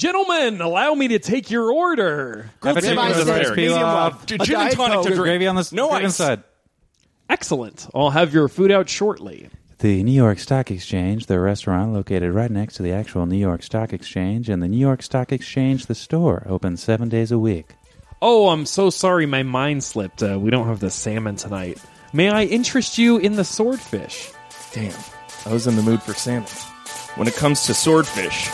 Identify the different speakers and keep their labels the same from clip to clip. Speaker 1: Gentlemen, allow me to take your order.
Speaker 2: Have a
Speaker 3: Ribeye
Speaker 2: chicken with a
Speaker 3: steak,
Speaker 2: French
Speaker 3: medium
Speaker 2: pilaf,
Speaker 3: well.
Speaker 2: gr-
Speaker 3: A
Speaker 4: gin and
Speaker 3: Diet
Speaker 4: tonic
Speaker 3: Coke.
Speaker 4: to drink.
Speaker 2: gravy on the s-
Speaker 4: No
Speaker 2: gravy on the
Speaker 4: ice.
Speaker 2: side.
Speaker 1: Excellent. I'll have your food out shortly.
Speaker 2: The New York Stock Exchange, the restaurant located right next to the actual New York Stock Exchange, and the New York Stock Exchange, the store, open seven days a week.
Speaker 1: Oh, I'm so sorry. My mind slipped. Uh, we don't have the salmon tonight. May I interest you in the swordfish?
Speaker 4: Damn, I was in the mood for salmon. When it comes to swordfish,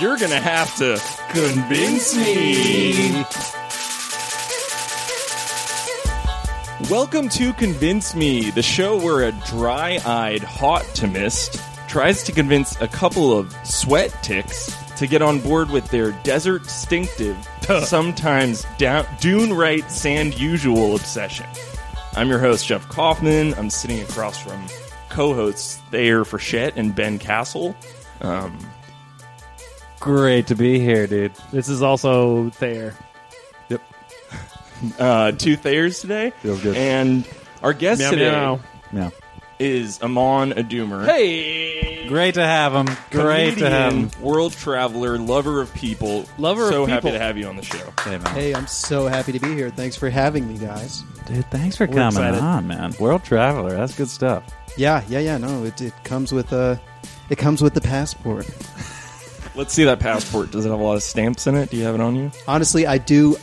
Speaker 4: you're gonna have to convince me. Welcome to Convince Me, the show where a dry eyed hot timist tries to convince a couple of sweat ticks to get on board with their desert distinctive, sometimes down, dune right sand usual obsession. I'm your host, Jeff Kaufman. I'm sitting across from co hosts Thayer Frechette and Ben Castle.
Speaker 2: Great to be here, dude.
Speaker 1: This is also there.
Speaker 4: Uh, two Thayers today.
Speaker 2: Feels good.
Speaker 4: And our guest
Speaker 1: Meow,
Speaker 4: today
Speaker 1: meow.
Speaker 2: No.
Speaker 4: is Amon Adumer.
Speaker 1: Hey,
Speaker 2: Great to have him. Great to have him.
Speaker 4: comedian, world traveler, lover of people.
Speaker 1: Lover of
Speaker 4: so happy
Speaker 1: people.
Speaker 4: to have you on the show.
Speaker 2: Hey, man.
Speaker 3: Hey, I'm so happy to be here. Thanks for having me, guys.
Speaker 2: Dude, thanks for coming
Speaker 1: excited.
Speaker 2: on, man. World traveler, that's good stuff.
Speaker 3: Yeah, yeah, yeah. No, it, it comes with a, it comes with the passport.
Speaker 4: Let's see that passport. Does it have a lot of stamps in it? Do you have it on you?
Speaker 3: Honestly, I do.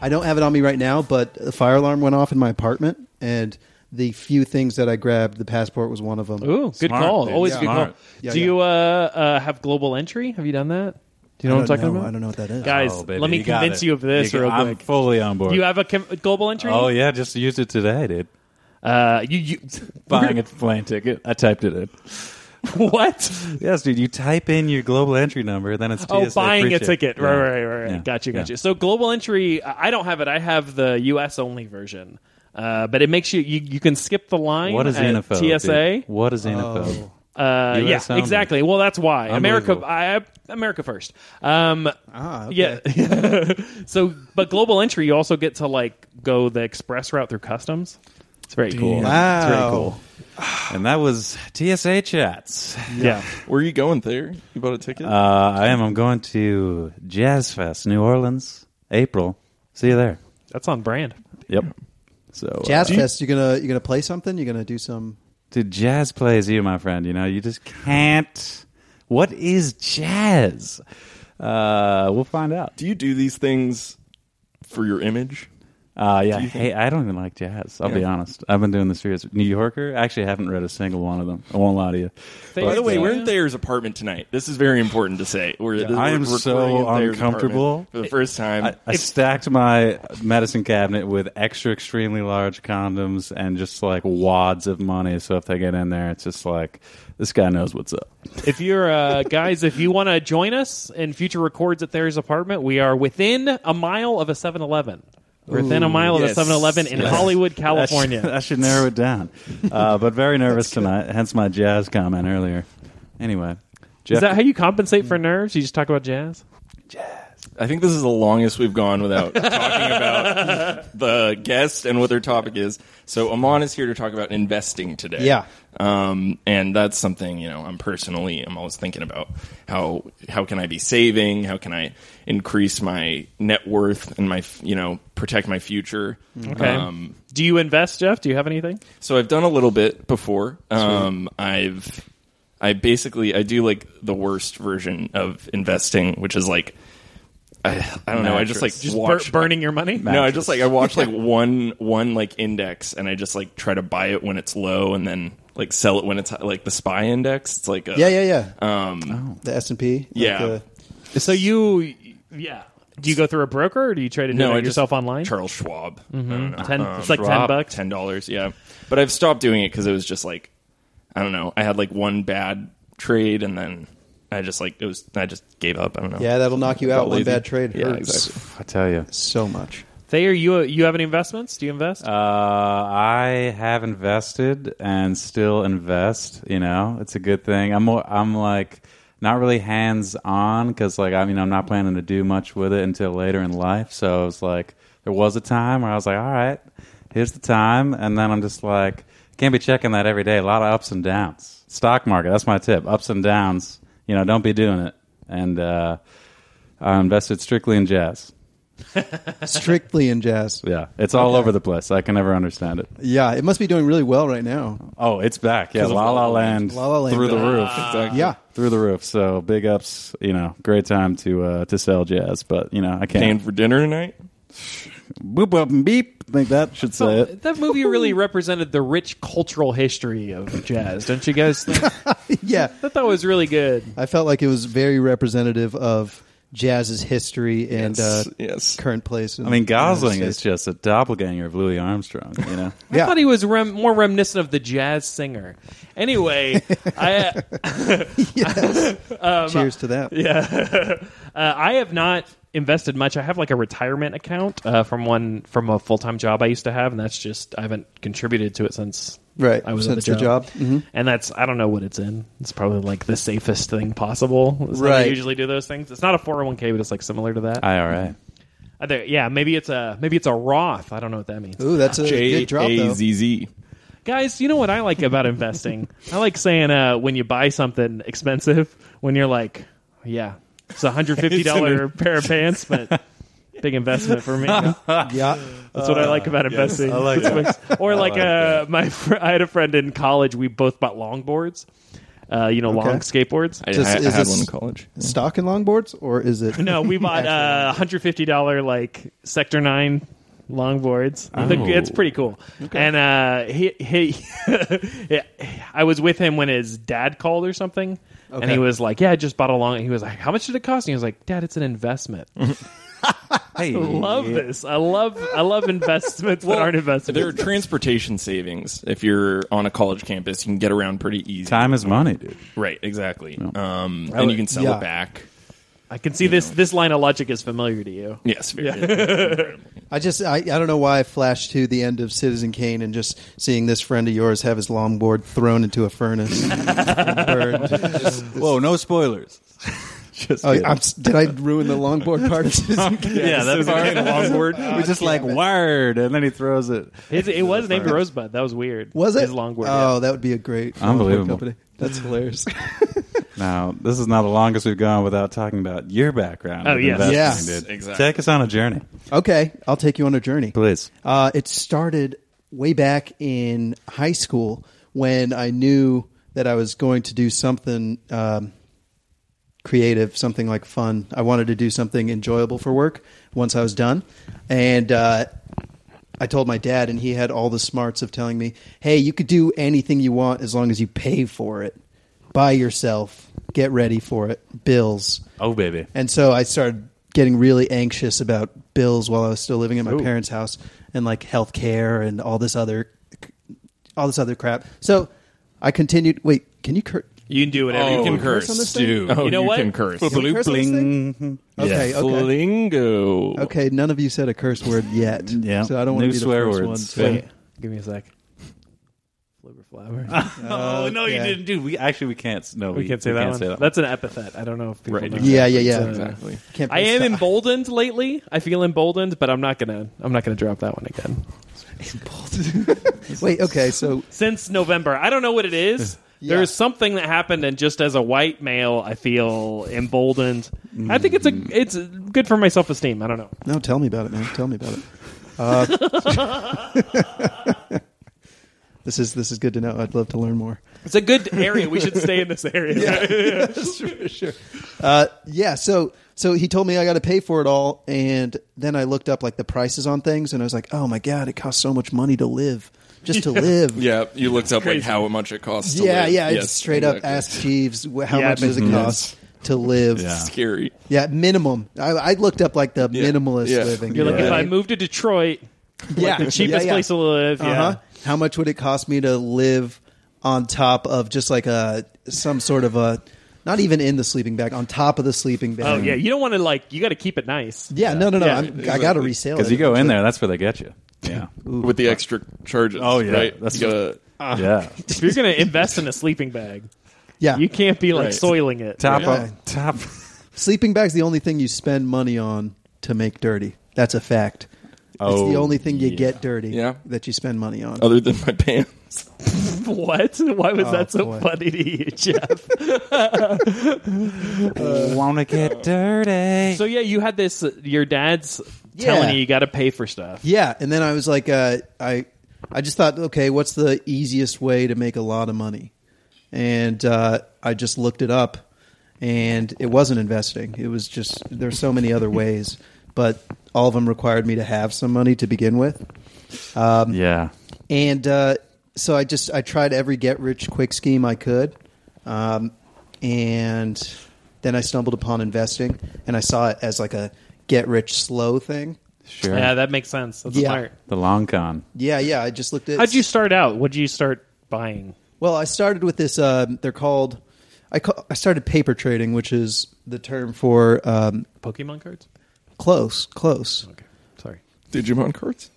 Speaker 3: I don't have it on me right now, but the fire alarm went off in my apartment, and the few things that I grabbed, the passport was one of them.
Speaker 1: Ooh, good
Speaker 2: Smart,
Speaker 1: call.
Speaker 2: dude.
Speaker 1: Always
Speaker 3: Yeah.
Speaker 1: good
Speaker 2: Smart.
Speaker 1: call.
Speaker 3: Yeah,
Speaker 1: Do
Speaker 3: yeah.
Speaker 1: you uh, uh, have global entry? Have you done that? Do you know
Speaker 3: I
Speaker 1: what I'm
Speaker 3: don't
Speaker 1: talking
Speaker 3: know.
Speaker 1: about?
Speaker 3: I don't know what that is.
Speaker 1: Guys,
Speaker 2: Oh, baby,
Speaker 1: let me
Speaker 2: you got
Speaker 1: convince
Speaker 2: it.
Speaker 1: you of this
Speaker 2: You
Speaker 1: real
Speaker 2: got- I'm
Speaker 1: quick.
Speaker 2: fully on board.
Speaker 1: Do you have a com- global entry?
Speaker 2: oh, yeah, just used it today, dude.
Speaker 1: Uh, you, you
Speaker 2: Buying a plane ticket. I typed it in.
Speaker 1: what?
Speaker 2: Yes, dude, you type in your global entry number, then it's TSA.
Speaker 1: Oh, buying a
Speaker 2: pre-check.
Speaker 1: ticket. Right,
Speaker 2: Yeah.
Speaker 1: right, right, right.
Speaker 2: Yeah.
Speaker 1: Gotcha,
Speaker 2: Yeah.
Speaker 1: gotcha. So global entry, I I don't have it. I have the U.S. only version, uh, but it makes you, you you can skip the line.
Speaker 2: What is
Speaker 1: at
Speaker 2: xenophobe? dude?
Speaker 1: TSA?
Speaker 2: What is xenophobe?
Speaker 3: Oh.
Speaker 1: Uh, yeah,
Speaker 2: US only.
Speaker 1: exactly. Well, that's why America.
Speaker 2: Unbelievable.
Speaker 1: I, I- America first. Um,
Speaker 3: Ah, okay.
Speaker 1: yeah. so, but global entry, you also get to like go the express route through customs. It's very cool.
Speaker 3: Wow.
Speaker 1: It's very cool.
Speaker 2: And that was TSA chats.
Speaker 1: Yeah.
Speaker 4: Where are you going, Thayer? You bought a ticket?
Speaker 2: Uh, I am. I'm going to Jazz Fest, New Orleans, April. See you there.
Speaker 1: that's on brand.
Speaker 2: Yep. So uh,
Speaker 3: Jazz Fest, you, are gonna you're gonna play something. You're gonna do some.
Speaker 2: dude, jazz plays you, my friend. You know, you just can't. What is jazz? Uh, we'll find out.
Speaker 4: do you do these things for your image?
Speaker 2: Uh, yeah. Hey, I don't even like jazz. I'll be honest. I've been doing this for years. New Yorker. I actually haven't read a single one of them. I won't lie to you.
Speaker 4: By the way,
Speaker 1: Yeah.
Speaker 4: we're in Thayer's apartment tonight. This is very important to say. We're, we're
Speaker 2: I am
Speaker 4: recording
Speaker 2: so
Speaker 4: in Thayer's
Speaker 2: uncomfortable.
Speaker 4: apartment for the first time.
Speaker 2: I, I stacked my medicine cabinet with extra extremely large condoms and just like wads of money. So if they get in there, it's just like this guy knows what's up.
Speaker 1: if you're uh, guys, if you want to join us in future records at Thayer's apartment, we are within a mile of a 7-Eleven. We're within a mile of
Speaker 4: Yes.
Speaker 1: a 7-Eleven in Hollywood, California.
Speaker 2: I should, I should narrow it down. Uh, but very nervous tonight. Hence my jazz comment earlier. Anyway, Jeff,
Speaker 1: Is that how you compensate for nerves? You just talk about jazz.
Speaker 4: I think this is the longest we've gone without talking about the guest and what their topic is. So Amon is here to talk about investing today.
Speaker 3: Yeah.
Speaker 4: Um, and that's something, you know, I'm personally I'm always thinking about how how can I be saving? How can I increase my net worth and my f- you know, protect my future? Um,
Speaker 1: Okay. Do you invest, Jeff? Do you have anything?
Speaker 4: So I've done a little bit before. Um, I've I basically I do like the worst version of investing, which is like I, I don't know. I just like
Speaker 1: Just bur-
Speaker 4: watch
Speaker 1: burning your money?
Speaker 4: No, I just like I watch like one one like index, and I just like try to buy it when it's low, and then like sell it when it's high, like the spy index. It's like a,
Speaker 3: Yeah, yeah, yeah. Um, the S and P. uh,
Speaker 4: yeah.
Speaker 1: So you, yeah. Do you go through a broker or do you try to do
Speaker 4: No,
Speaker 1: that
Speaker 4: I
Speaker 1: yourself
Speaker 4: just, uh,
Speaker 1: online? Mm-hmm.
Speaker 4: Charles Schwab. I don't know.
Speaker 1: Ten, it's like ten
Speaker 2: Schwab,
Speaker 1: bucks.
Speaker 4: Um, ten dollars. Yeah, but I've stopped doing it because it was just like I don't know. I had like one bad trade, and then I just like it was. I just gave up. I don't know.
Speaker 3: yeah, that'll knock you out.
Speaker 4: Got
Speaker 3: One
Speaker 4: lazy.
Speaker 3: bad trade
Speaker 4: Yeah,
Speaker 3: hurts
Speaker 4: exactly.
Speaker 2: I tell you,
Speaker 3: so much.
Speaker 1: Thayer, you you have any investments? Do you invest?
Speaker 2: uh, I have invested and still invest. You know, it's a good thing. I'm more, I'm like not really hands on because like I mean I'm not planning to do much with it until later in life. So it's like there was a time where I was like, all right, here's the time, and then I'm just like can't be checking that every day. A lot of ups and downs. Stock market. That's my tip. Ups and downs. You know, don't be doing it. And uh, I invested strictly in jazz.
Speaker 3: Strictly in jazz.
Speaker 2: Yeah, it's all over the place. I can never understand it.
Speaker 3: Yeah, it must be doing really well right now.
Speaker 2: Oh, it's back. Yeah,
Speaker 4: 'Cause of
Speaker 2: La La
Speaker 4: La La
Speaker 2: Land,
Speaker 3: La La Land.
Speaker 2: through the roof.
Speaker 4: Exactly.
Speaker 3: Yeah.
Speaker 2: Through the roof. So big ups, you know, great time to uh, to sell jazz, but you know, I
Speaker 4: Paying
Speaker 2: can't
Speaker 4: for dinner tonight?
Speaker 2: boop boop and beep. I think that should say
Speaker 1: Well,
Speaker 2: it.
Speaker 1: Oh, that movie really represented the rich cultural history of jazz, don't you guys? Think?
Speaker 3: yeah.
Speaker 1: I thought that was really good.
Speaker 3: I felt like it was very representative of jazz's history and
Speaker 4: Yes,
Speaker 3: uh,
Speaker 4: yes.
Speaker 3: current place. in
Speaker 2: I mean,
Speaker 3: the United
Speaker 2: Gosling is
Speaker 3: States.
Speaker 2: just a doppelganger of Louis Armstrong, you know?
Speaker 1: I
Speaker 3: Yeah.
Speaker 1: thought he was rem- more reminiscent of the jazz singer. Anyway, I
Speaker 3: Cheers to that.
Speaker 1: Uh, I have not invested much. I have like a retirement account uh, from one from a full time job I used to have, and that's just I haven't contributed to it since
Speaker 3: Right,
Speaker 1: I was
Speaker 3: since the
Speaker 1: at the job.
Speaker 3: job. Mhm.
Speaker 1: And that's I don't know what it's in. It's probably like the safest thing possible. It's how they
Speaker 3: Right.
Speaker 1: usually do those things. It's not a four hundred one k, but it's like similar to that.
Speaker 2: IRA.
Speaker 1: I think- yeah, maybe it's a maybe it's a Roth. I don't know what that means.
Speaker 3: Ooh, that's a
Speaker 4: J
Speaker 3: good drop,
Speaker 4: A
Speaker 3: though.
Speaker 4: Z Z.
Speaker 1: Guys, you know what I like about investing? I like saying uh, when you buy something expensive, when you're like, yeah, it's a hundred fifty dollar pair of pants, but big investment for me. That's
Speaker 3: Yeah.
Speaker 1: what I like about investing.
Speaker 2: I like
Speaker 1: That's
Speaker 2: it.
Speaker 1: what- Or like, uh, my fr- I had a friend in college. We both bought longboards. Uh, you know, long skateboards.
Speaker 4: I,
Speaker 3: Just-
Speaker 4: I, I
Speaker 3: is
Speaker 4: had
Speaker 3: this-
Speaker 4: one in college.
Speaker 3: Stock and longboards, or is it?
Speaker 1: no, we bought uh, hundred fifty dollar like Sector Nine longboards. They're- It's
Speaker 3: Oh.
Speaker 1: pretty cool. And uh, he he, yeah, I was with him when his dad called or something, and
Speaker 3: Okay.
Speaker 1: he was like, "Yeah, I just bought a long." He was like, "How much did it cost?" And he was like, "Dad, it's an investment. I
Speaker 2: Hey.
Speaker 1: love this. I love I love investments that aren't
Speaker 4: There are
Speaker 1: investments."
Speaker 4: transportation savings. If you're on a college campus, you can get around pretty easy.
Speaker 2: Time is money, dude.
Speaker 4: Right, exactly. Um, and you can sell
Speaker 3: yeah.
Speaker 4: it back.
Speaker 1: I can see this this line of logic is familiar to you.
Speaker 4: Yes, very
Speaker 3: I just I, I don't know why I flashed to the end of Citizen Kane and just seeing this friend of yours have his longboard thrown into a furnace. and burned. Just-
Speaker 2: Whoa, no spoilers. Just
Speaker 3: oh,
Speaker 2: kidding.
Speaker 3: I'm, s- did I ruin the longboard part of Citizen Kane?
Speaker 1: Yeah, that's
Speaker 2: longboard. We're just like wired, and then he throws it.
Speaker 1: His, it was named Rosebud. That was weird.
Speaker 3: Was it
Speaker 1: His longboard.
Speaker 3: Oh,
Speaker 1: yeah.
Speaker 3: that would be a great longboard
Speaker 2: Unbelievable.
Speaker 3: company. That's hilarious.
Speaker 2: Now, this is not the longest we've gone without talking about your background.
Speaker 1: Oh,
Speaker 2: with
Speaker 1: yes.
Speaker 2: investing,
Speaker 3: Yes,
Speaker 2: dude.
Speaker 4: exactly.
Speaker 2: Take us on a journey,
Speaker 3: okay, I'll take you on a journey.
Speaker 2: please.
Speaker 3: Uh, it started way back in high school when I knew that I was going to do something um, creative, something like fun. I wanted to do something enjoyable for work once I was done. And uh, I told my dad, and he had all the smarts of telling me, hey, you could do anything you want as long as you pay for it. Buy yourself, get ready for it, bills.
Speaker 2: Oh, baby.
Speaker 3: And so I started getting really anxious about bills while I was still living at my parents' house and like health care and all this other all this other crap. So I continued wait, can you cur-
Speaker 1: you can do whatever
Speaker 3: Oh.
Speaker 1: Oh,
Speaker 4: you
Speaker 1: you
Speaker 4: can
Speaker 1: want.
Speaker 4: curse,
Speaker 3: on this thing?
Speaker 4: dude. Oh,
Speaker 1: You know what?
Speaker 4: can curse.
Speaker 3: Can we curse on this thing? Okay, okay.
Speaker 4: Flingo.
Speaker 3: Okay, none of you said a curse word yet.
Speaker 2: Yeah.
Speaker 3: So I don't want
Speaker 2: New
Speaker 3: to be the
Speaker 2: swear
Speaker 3: first
Speaker 2: words.
Speaker 3: one.
Speaker 2: Yeah.
Speaker 3: So
Speaker 1: Wait, give me a sec. Flubber flower.
Speaker 2: Oh no, you
Speaker 3: Okay.
Speaker 2: didn't do. We actually we can't. No, we,
Speaker 1: We can't say
Speaker 2: we
Speaker 1: that one. That's an epithet. I don't know if people
Speaker 4: Right,
Speaker 1: know.
Speaker 3: Yeah, yeah, yeah.
Speaker 4: Exactly.
Speaker 3: Can't
Speaker 1: I am
Speaker 3: stop.
Speaker 1: emboldened lately. I feel emboldened, but I'm not gonna. I'm not gonna drop that one again.
Speaker 3: Wait, okay, so
Speaker 1: Since November, I don't know what it is.
Speaker 3: Yeah.
Speaker 1: There's something that happened, and just as a white male, I feel emboldened. I think it's a. It's good for my self esteem. I don't know.
Speaker 3: no, tell me about it, man. Tell me about it. Uh, this is this is good to know. I'd love to learn more.
Speaker 1: It's a good area. We should stay in this area.
Speaker 3: Uh, yeah. So so he told me I got to pay for it all, and then I looked up like the prices on things, and I was like, oh my god, it costs so much money to live, just to live.
Speaker 4: Yeah, you looked up like how much it costs. to
Speaker 3: yeah,
Speaker 4: live.
Speaker 3: yeah. I
Speaker 4: Yes,
Speaker 3: just straight up
Speaker 4: exactly.
Speaker 3: asked Jeeves wh- how
Speaker 1: Yeah,
Speaker 3: much does it
Speaker 1: but-
Speaker 3: cost to live.
Speaker 2: Yeah.
Speaker 4: Scary.
Speaker 3: Yeah, minimum. I, I looked up like the
Speaker 4: Yeah.
Speaker 3: minimalist
Speaker 4: Yeah.
Speaker 3: living.
Speaker 1: You're like, if I
Speaker 3: right?
Speaker 1: move to Detroit,
Speaker 3: yeah,
Speaker 1: the cheapest
Speaker 3: yeah, yeah.
Speaker 1: place to live. Yeah.
Speaker 3: Uh-huh. How much would it cost me to live on top of just like a some sort of a not even in the sleeping bag on top of the sleeping bag?
Speaker 1: Oh yeah, you don't want to like. You got to keep it nice.
Speaker 3: Yeah, no, no, no.
Speaker 1: Yeah,
Speaker 3: I'm, I got to resell it
Speaker 2: Because you go in there, that's where they get you. Yeah,
Speaker 4: With the extra charges.
Speaker 2: Oh, yeah.
Speaker 4: Right?
Speaker 2: That's Ah.
Speaker 4: You gotta-
Speaker 2: yeah.
Speaker 1: If you're gonna invest in a sleeping bag,
Speaker 3: Yeah,
Speaker 1: you can't be like
Speaker 4: Right.
Speaker 1: soiling it.
Speaker 2: Top
Speaker 3: Yeah.
Speaker 2: up, top.
Speaker 3: sleeping bag's the only thing you spend money on to make dirty. That's a fact.
Speaker 2: Oh,
Speaker 3: it's the only thing you
Speaker 2: yeah.
Speaker 3: get dirty
Speaker 4: Yeah.
Speaker 3: that you spend money on.
Speaker 4: other than my pants.
Speaker 1: what? Why was that so
Speaker 3: Oh, boy.
Speaker 1: funny to you, Jeff?
Speaker 2: Wanna get dirty?
Speaker 1: so yeah, you had this. uh, Your dad's
Speaker 3: Yeah.
Speaker 1: telling you you got to pay for stuff.
Speaker 3: Yeah, and then I was like, uh, I, I just thought, okay, what's the easiest way to make a lot of money? And uh, I just looked it up, and it wasn't investing. It was just there's so many other ways, but all of them required me to have some money to begin with,
Speaker 2: yeah.
Speaker 3: and uh, so I just I tried every get rich quick scheme I could, um, and then I stumbled upon investing, and I saw it as like a get rich slow thing.
Speaker 2: Sure.
Speaker 1: Yeah, that makes sense. That's
Speaker 3: Yeah.
Speaker 1: smart.
Speaker 2: the long con.
Speaker 3: Yeah, yeah. I just looked at
Speaker 1: How'd you start out? What'd you start buying?
Speaker 3: Well, I started with this. Um, they're called. I call, I started paper trading, which is the term for um,
Speaker 1: Pokemon cards.
Speaker 3: close, close,
Speaker 1: Okay, sorry.
Speaker 4: Digimon cards?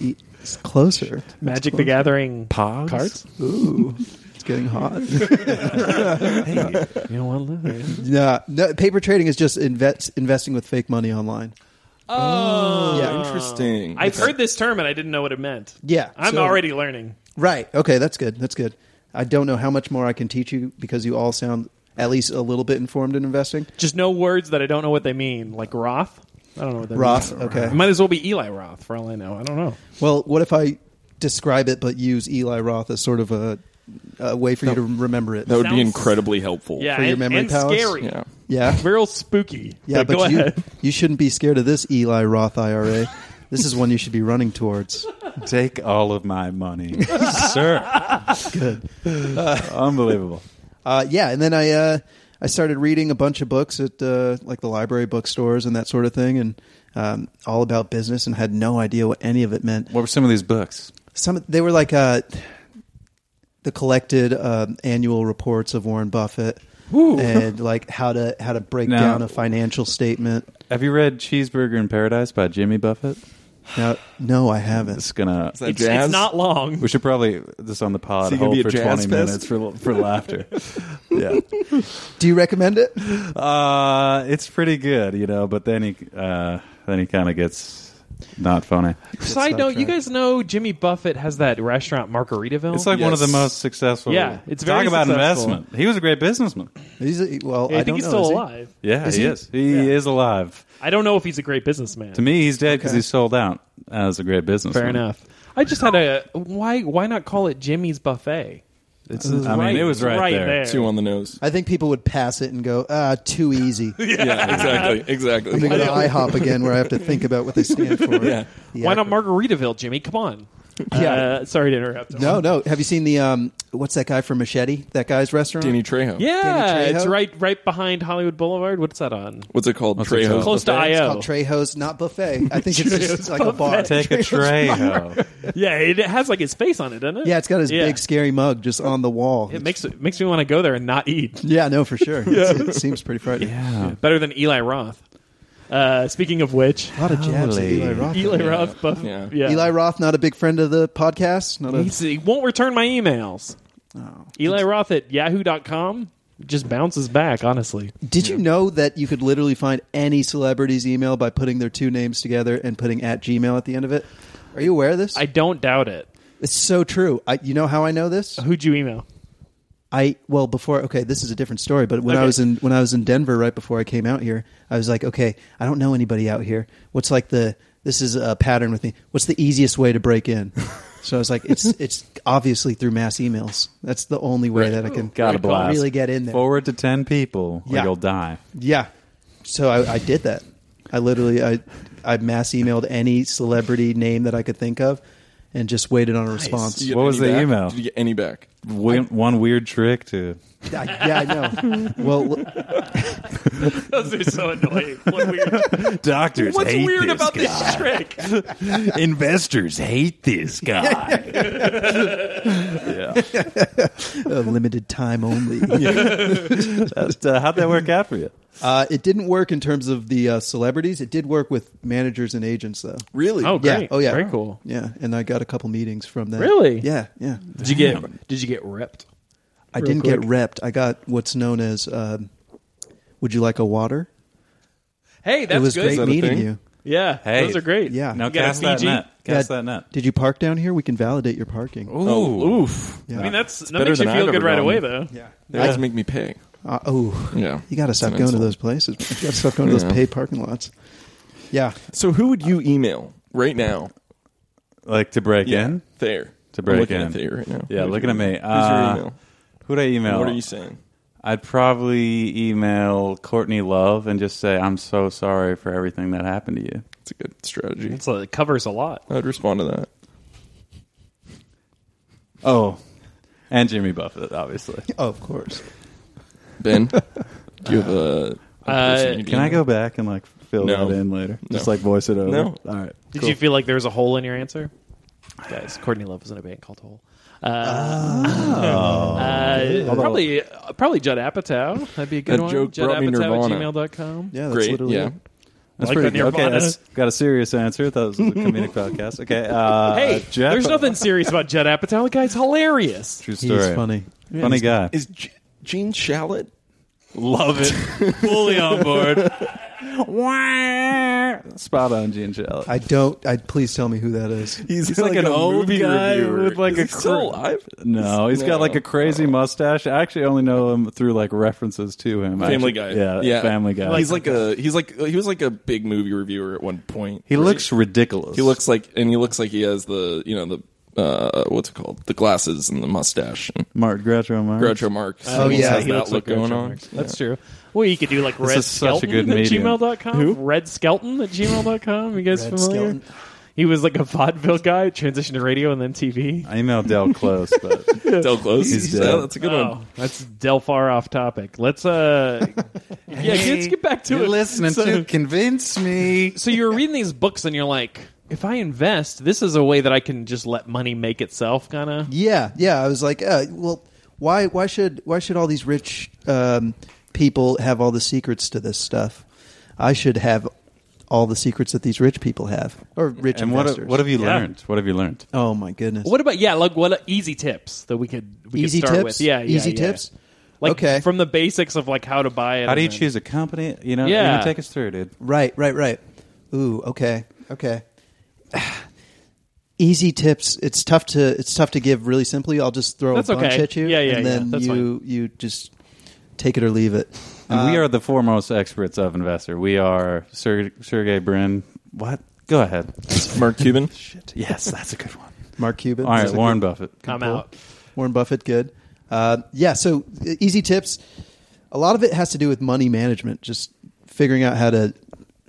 Speaker 3: E- it's closer.
Speaker 1: Magic the Gathering
Speaker 2: Pogs?
Speaker 1: cards.
Speaker 3: Ooh, it's getting hot.
Speaker 1: hey, you don't want to lose.
Speaker 3: yeah, no, paper trading is just invest, investing with fake money online.
Speaker 1: Oh,
Speaker 3: Yeah.
Speaker 4: Interesting.
Speaker 1: I've heard this term and I didn't know what it meant.
Speaker 3: Yeah,
Speaker 1: I'm
Speaker 3: so-
Speaker 1: already learning.
Speaker 3: Right. Okay, that's good. That's good. I don't know how much more I can teach you because you all sound at least a little bit informed in investing.
Speaker 1: Just no words that I don't know what they mean, like Roth. I don't know what that
Speaker 3: Roth,
Speaker 1: means.
Speaker 3: okay.
Speaker 1: It might as well be Eli Roth for all I know. I don't know.
Speaker 3: Well, what if I describe it but use Eli Roth as sort of a, a way for you to remember it?
Speaker 4: That would be
Speaker 1: Sounds-
Speaker 4: incredibly helpful.
Speaker 1: Yeah,
Speaker 3: For your
Speaker 1: and,
Speaker 3: memory
Speaker 1: and
Speaker 3: palace?
Speaker 1: scary.
Speaker 4: Yeah.
Speaker 3: Yeah.
Speaker 1: Real spooky.
Speaker 3: Yeah, but,
Speaker 1: go
Speaker 3: you,
Speaker 1: ahead.
Speaker 3: you shouldn't be scared of this Eli Roth IRA. this is one you should be running towards.
Speaker 2: Take all of my money, sir. Good. Unbelievable.
Speaker 3: Uh, yeah, and then I uh, I started reading a bunch of books at uh, like the library bookstores and that sort of thing, and um, all about business, and had no idea what any of it meant.
Speaker 2: What were some of these books?
Speaker 3: Some they were like uh, the collected um, annual reports of Warren Buffett. And like how to how to break
Speaker 2: Now-
Speaker 3: down a financial statement.
Speaker 2: Have you read Cheeseburger in Paradise by Jimmy Buffett?
Speaker 3: Now, no, I haven't.
Speaker 2: It's gonna.
Speaker 4: that
Speaker 1: It's,
Speaker 4: jazz?
Speaker 1: it's not long.
Speaker 2: We should probably this on the pod
Speaker 4: Is he gonna
Speaker 2: hold
Speaker 4: be a
Speaker 2: for
Speaker 4: jazz
Speaker 2: twenty minutes
Speaker 4: fest?
Speaker 2: for for laughter. yeah,
Speaker 3: Do you recommend it?
Speaker 2: uh, it's pretty good, you know. But then he uh, then he kind of gets not funny.
Speaker 1: Side
Speaker 3: not
Speaker 1: note, you
Speaker 3: true.
Speaker 1: guys know Jimmy Buffett has that restaurant Margaritaville?
Speaker 2: It's like one of the
Speaker 4: Yes.
Speaker 2: most successful.
Speaker 1: Yeah, it's
Speaker 2: talk
Speaker 1: very
Speaker 2: about
Speaker 1: successful.
Speaker 2: investment. He was a great businessman.
Speaker 3: He's a, well,
Speaker 1: Yeah, I,
Speaker 3: I, don't
Speaker 1: think he's
Speaker 3: know,
Speaker 1: still
Speaker 3: is he?
Speaker 1: alive.
Speaker 2: Yeah,
Speaker 3: Is
Speaker 2: he,
Speaker 3: he?
Speaker 2: is. He
Speaker 1: Yeah.
Speaker 2: is alive.
Speaker 1: I don't know if he's a great businessman.
Speaker 2: To me, he's dead because
Speaker 3: Okay.
Speaker 2: he's sold out as a great businessman.
Speaker 1: Fair enough. I just had a why why not call it Jimmy's Buffet?
Speaker 2: It's, I mean, it was right, there.
Speaker 4: Two on the nose.
Speaker 3: I think people would pass it and go, ah, too easy. I'm
Speaker 4: yeah. exactly. Exactly.
Speaker 3: going to go to IHOP again where I have to think about what they stand for.
Speaker 4: Yeah.
Speaker 3: The
Speaker 1: Why not
Speaker 3: acronym.
Speaker 1: Margaritaville, Jimmy? Come on.
Speaker 3: Yeah.
Speaker 1: Uh, sorry to interrupt.
Speaker 3: No, no. Have you seen the, um, what's that guy from Machete? That guy's restaurant?
Speaker 4: Danny Trejo.
Speaker 1: Yeah,
Speaker 3: Danny Trejo?
Speaker 1: it's right right behind Hollywood Boulevard. What's that on?
Speaker 4: What's it called?
Speaker 2: it
Speaker 4: Trejo.
Speaker 2: called?
Speaker 1: Close to
Speaker 3: It's
Speaker 1: IO.
Speaker 3: called Trejo's, not buffet. I think it's just like a bar.
Speaker 2: Take a tray, ho.
Speaker 1: yeah, it has like his face on it, doesn't it?
Speaker 3: Yeah, it's got his
Speaker 1: Yeah.
Speaker 3: big scary mug just on the wall.
Speaker 1: It makes it makes me want to go there and not eat.
Speaker 3: yeah, no, for sure. It's- It seems pretty frightening.
Speaker 2: Yeah.
Speaker 1: Better than Eli Roth. Uh, speaking of which,
Speaker 3: A lot of jabs at
Speaker 2: Holy.
Speaker 3: Eli Roth.
Speaker 1: Eli Roth, Buff,
Speaker 4: Yeah.
Speaker 1: yeah.
Speaker 3: Eli Roth, not a big friend of the podcast. Not a,
Speaker 1: He's- he won't return my emails. Eli Roth at yahoo.com just bounces back, honestly.
Speaker 3: Did you know that you could literally find any celebrity's email by putting their two names together and putting at Gmail at the end of it? Are you aware of this?
Speaker 1: I don't doubt it.
Speaker 3: it's so true. I, you know how I know this?
Speaker 1: Who'd you email?
Speaker 3: I well before okay, this is a different story. But when I
Speaker 1: Okay.
Speaker 3: was in when I was in Denver right before I came out here, I was like, okay, I don't know anybody out here. What's like the this is a pattern with me. What's the easiest way to break in? So I was like, it's it's obviously through mass emails. That's the only way that I can
Speaker 2: Got a
Speaker 1: Good call.
Speaker 2: blast.
Speaker 3: Really get in there.
Speaker 2: Forward to ten people, or
Speaker 3: Yeah.
Speaker 2: you'll die.
Speaker 3: Yeah. So I, I did that. I literally I I mass emailed any celebrity name that I could think of, and just waited on a
Speaker 4: Did
Speaker 3: response.
Speaker 4: you get
Speaker 2: What was
Speaker 4: any
Speaker 2: the
Speaker 4: back?
Speaker 2: email?
Speaker 4: Did you get any back?
Speaker 2: We- one weird trick to
Speaker 3: I, yeah, I know. Well, l-
Speaker 1: Those are so annoying. What weird-
Speaker 2: doctors.
Speaker 1: what's
Speaker 2: hate
Speaker 1: weird
Speaker 2: this
Speaker 1: about
Speaker 2: guy.
Speaker 1: this trick?
Speaker 2: Investors hate this guy. yeah.
Speaker 3: uh, limited time only.
Speaker 2: That's, uh, how'd that work out for you?
Speaker 3: Uh, it didn't work in terms of the uh, celebrities. It did work with managers and agents, though.
Speaker 4: Really?
Speaker 1: Oh,
Speaker 3: Yeah.
Speaker 1: great.
Speaker 3: Oh, yeah.
Speaker 1: Very cool.
Speaker 3: Yeah, and I got a couple meetings from that.
Speaker 1: Really?
Speaker 3: Yeah, yeah.
Speaker 1: Did you get Did you get ripped?
Speaker 3: I didn't
Speaker 1: quick.
Speaker 3: get repped. I got what's known as um, "Would you like a water?"
Speaker 1: Hey,
Speaker 3: it
Speaker 1: that's
Speaker 3: was
Speaker 1: good.
Speaker 3: great
Speaker 4: that a
Speaker 3: meeting
Speaker 4: thing?
Speaker 3: you.
Speaker 1: Yeah,
Speaker 2: Hey,
Speaker 1: those are great.
Speaker 3: Yeah.
Speaker 2: No,
Speaker 3: You
Speaker 1: got a
Speaker 2: cast that
Speaker 1: Fiji?
Speaker 2: net. Cast
Speaker 3: Yeah,
Speaker 2: that net.
Speaker 3: Did you park down here? We can validate your parking.
Speaker 2: Ooh.
Speaker 4: Oh, oof.
Speaker 3: Yeah.
Speaker 1: I mean that's that
Speaker 4: better
Speaker 1: makes you
Speaker 4: than I've
Speaker 1: feel
Speaker 4: ever
Speaker 1: good right
Speaker 4: gone.
Speaker 1: away though.
Speaker 3: yeah.
Speaker 4: They always make me pay.
Speaker 3: Uh, oh,
Speaker 4: Yeah.
Speaker 3: You got to
Speaker 4: It's
Speaker 3: stop
Speaker 4: an
Speaker 3: going to
Speaker 4: insult.
Speaker 3: those places. You got to stop going to those
Speaker 4: Yeah.
Speaker 3: paid parking lots. Yeah.
Speaker 4: So who would you email right now?
Speaker 2: Like to break in?
Speaker 4: Thayer.
Speaker 2: To break
Speaker 4: I'm looking
Speaker 2: in.
Speaker 4: at Thayer right now.
Speaker 2: Yeah,
Speaker 4: Who's
Speaker 2: looking
Speaker 4: your-
Speaker 2: at me.
Speaker 4: Who's
Speaker 2: Uh,
Speaker 4: your email?
Speaker 2: Who'd I email?
Speaker 4: What are you saying?
Speaker 2: I'd probably email Courtney Love and just say, I'm so sorry for everything that happened to you.
Speaker 4: It's a good strategy.
Speaker 1: It's, uh, it covers a lot.
Speaker 4: I'd respond to that.
Speaker 2: Oh. And Jimmy Buffett, obviously.
Speaker 3: Oh, of course.
Speaker 4: Ben, do you have a? a
Speaker 1: Uh,
Speaker 4: person you'd
Speaker 2: Can I go
Speaker 4: email?
Speaker 2: back and like fill
Speaker 4: No.
Speaker 2: that in later?
Speaker 4: No.
Speaker 2: Just like voice it over.
Speaker 4: No.
Speaker 2: All right.
Speaker 1: Did
Speaker 2: cool.
Speaker 1: you feel like there was a hole in your answer? Guys, Courtney Love was in a band called Hole. Uh,
Speaker 3: Oh.
Speaker 1: uh,
Speaker 3: Although-
Speaker 1: probably, uh, probably Judd Apatow. That'd be a good
Speaker 4: That
Speaker 1: one.
Speaker 4: joke
Speaker 1: Judd
Speaker 4: brought me
Speaker 1: Apatow
Speaker 4: Nirvana.
Speaker 1: at gmail.com.
Speaker 3: Yeah, that's
Speaker 4: Great,
Speaker 3: literally
Speaker 4: yeah.
Speaker 3: it.
Speaker 2: That's
Speaker 1: Like
Speaker 2: pretty
Speaker 1: the
Speaker 2: good. Okay,
Speaker 1: Nirvana.
Speaker 2: that's got a serious answer. That was a comedic podcast. Okay. Uh,
Speaker 1: Hey,
Speaker 2: Jeff,
Speaker 1: there's nothing serious about Judd Apatow. The guy's hilarious.
Speaker 2: True
Speaker 3: He's
Speaker 2: story.
Speaker 3: funny.
Speaker 2: Funny guy.
Speaker 4: Is G- Gene Shalit?
Speaker 1: Love it. Fully on board.
Speaker 2: Spot on, Gene Shalit.
Speaker 3: I don't. I please tell me who that is.
Speaker 4: He's,
Speaker 2: like an
Speaker 4: a
Speaker 2: old
Speaker 4: movie
Speaker 2: guy
Speaker 4: reviewer.
Speaker 2: with, like,
Speaker 4: Is
Speaker 2: a
Speaker 4: he still
Speaker 2: cr-
Speaker 4: alive.
Speaker 2: No, he's got like
Speaker 4: No.
Speaker 2: a crazy mustache. I actually only know him through like references to him.
Speaker 4: Family
Speaker 2: Actually-
Speaker 4: Guy.
Speaker 2: Yeah, Family Guy.
Speaker 4: He's like a he's like he was like a big movie reviewer at one point.
Speaker 2: he
Speaker 4: Right?
Speaker 2: looks ridiculous.
Speaker 4: he looks like and he looks like he has the you know the uh what's it called the glasses and the mustache and
Speaker 2: Mark Groucho Marx.
Speaker 4: Groucho Marx.
Speaker 3: Oh,
Speaker 4: He
Speaker 3: yeah,
Speaker 4: has
Speaker 3: he
Speaker 1: looks
Speaker 4: that look
Speaker 1: like Groucho
Speaker 4: going on.
Speaker 1: Marx. That's true. Well, you could do like Red
Speaker 2: is such a
Speaker 1: Skelton
Speaker 2: good
Speaker 1: at
Speaker 2: medium.
Speaker 1: gmail.com. Red Skelton at gmail.com. You guys
Speaker 3: Red
Speaker 1: familiar?
Speaker 3: Skelton.
Speaker 1: He was like a vaudeville guy, transitioned to radio and then TV.
Speaker 2: I emailed Del Close, but
Speaker 4: Del Close.
Speaker 2: He's
Speaker 4: Yeah,
Speaker 2: dead.
Speaker 4: that's a good
Speaker 1: oh,
Speaker 4: one.
Speaker 1: That's Delphar off topic. Let's uh Yeah, let's get back to it. so,
Speaker 2: convince me.
Speaker 1: so you're reading these books and you're like, if I invest, this is a way that I can just let money make itself kinda.
Speaker 3: Yeah, yeah. I was like, uh, well, why why should why should all these rich um, people have all the secrets to this stuff? I should have all the secrets that these rich people have, or rich
Speaker 2: And what,
Speaker 3: investors.
Speaker 2: what have you
Speaker 1: Yeah.
Speaker 2: learned? What have you learned?
Speaker 3: oh my goodness!
Speaker 1: What about yeah, like what easy tips that we could we
Speaker 3: easy
Speaker 1: could start
Speaker 3: tips?
Speaker 1: with? Yeah, yeah,
Speaker 3: easy
Speaker 1: yeah.
Speaker 3: tips.
Speaker 1: Like
Speaker 3: okay,
Speaker 1: from the basics of like how to buy it.
Speaker 2: How do you
Speaker 1: and then-
Speaker 2: choose a company? You know,
Speaker 1: Yeah.
Speaker 2: you know, take us through, dude.
Speaker 3: right, right, right. Ooh, okay, okay. easy tips. It's tough to it's tough to give really simply. I'll just throw
Speaker 1: That's
Speaker 3: a bunch
Speaker 1: okay.
Speaker 3: at you,
Speaker 1: Yeah, yeah,
Speaker 3: and
Speaker 1: yeah.
Speaker 3: then
Speaker 1: That's
Speaker 3: you you just take it or leave it.
Speaker 2: And we are the foremost experts of investor. We are Ser- Sergey Brin. What? Go ahead.
Speaker 4: Mark Cuban.
Speaker 2: Yes, that's a good one.
Speaker 3: Mark Cuban.
Speaker 2: All right,
Speaker 3: is a good-
Speaker 2: Warren Buffett.
Speaker 1: I'm out.
Speaker 3: Warren Buffett, good. Uh, yeah, so uh, easy tips. A lot of it has to do with money management, just figuring out how to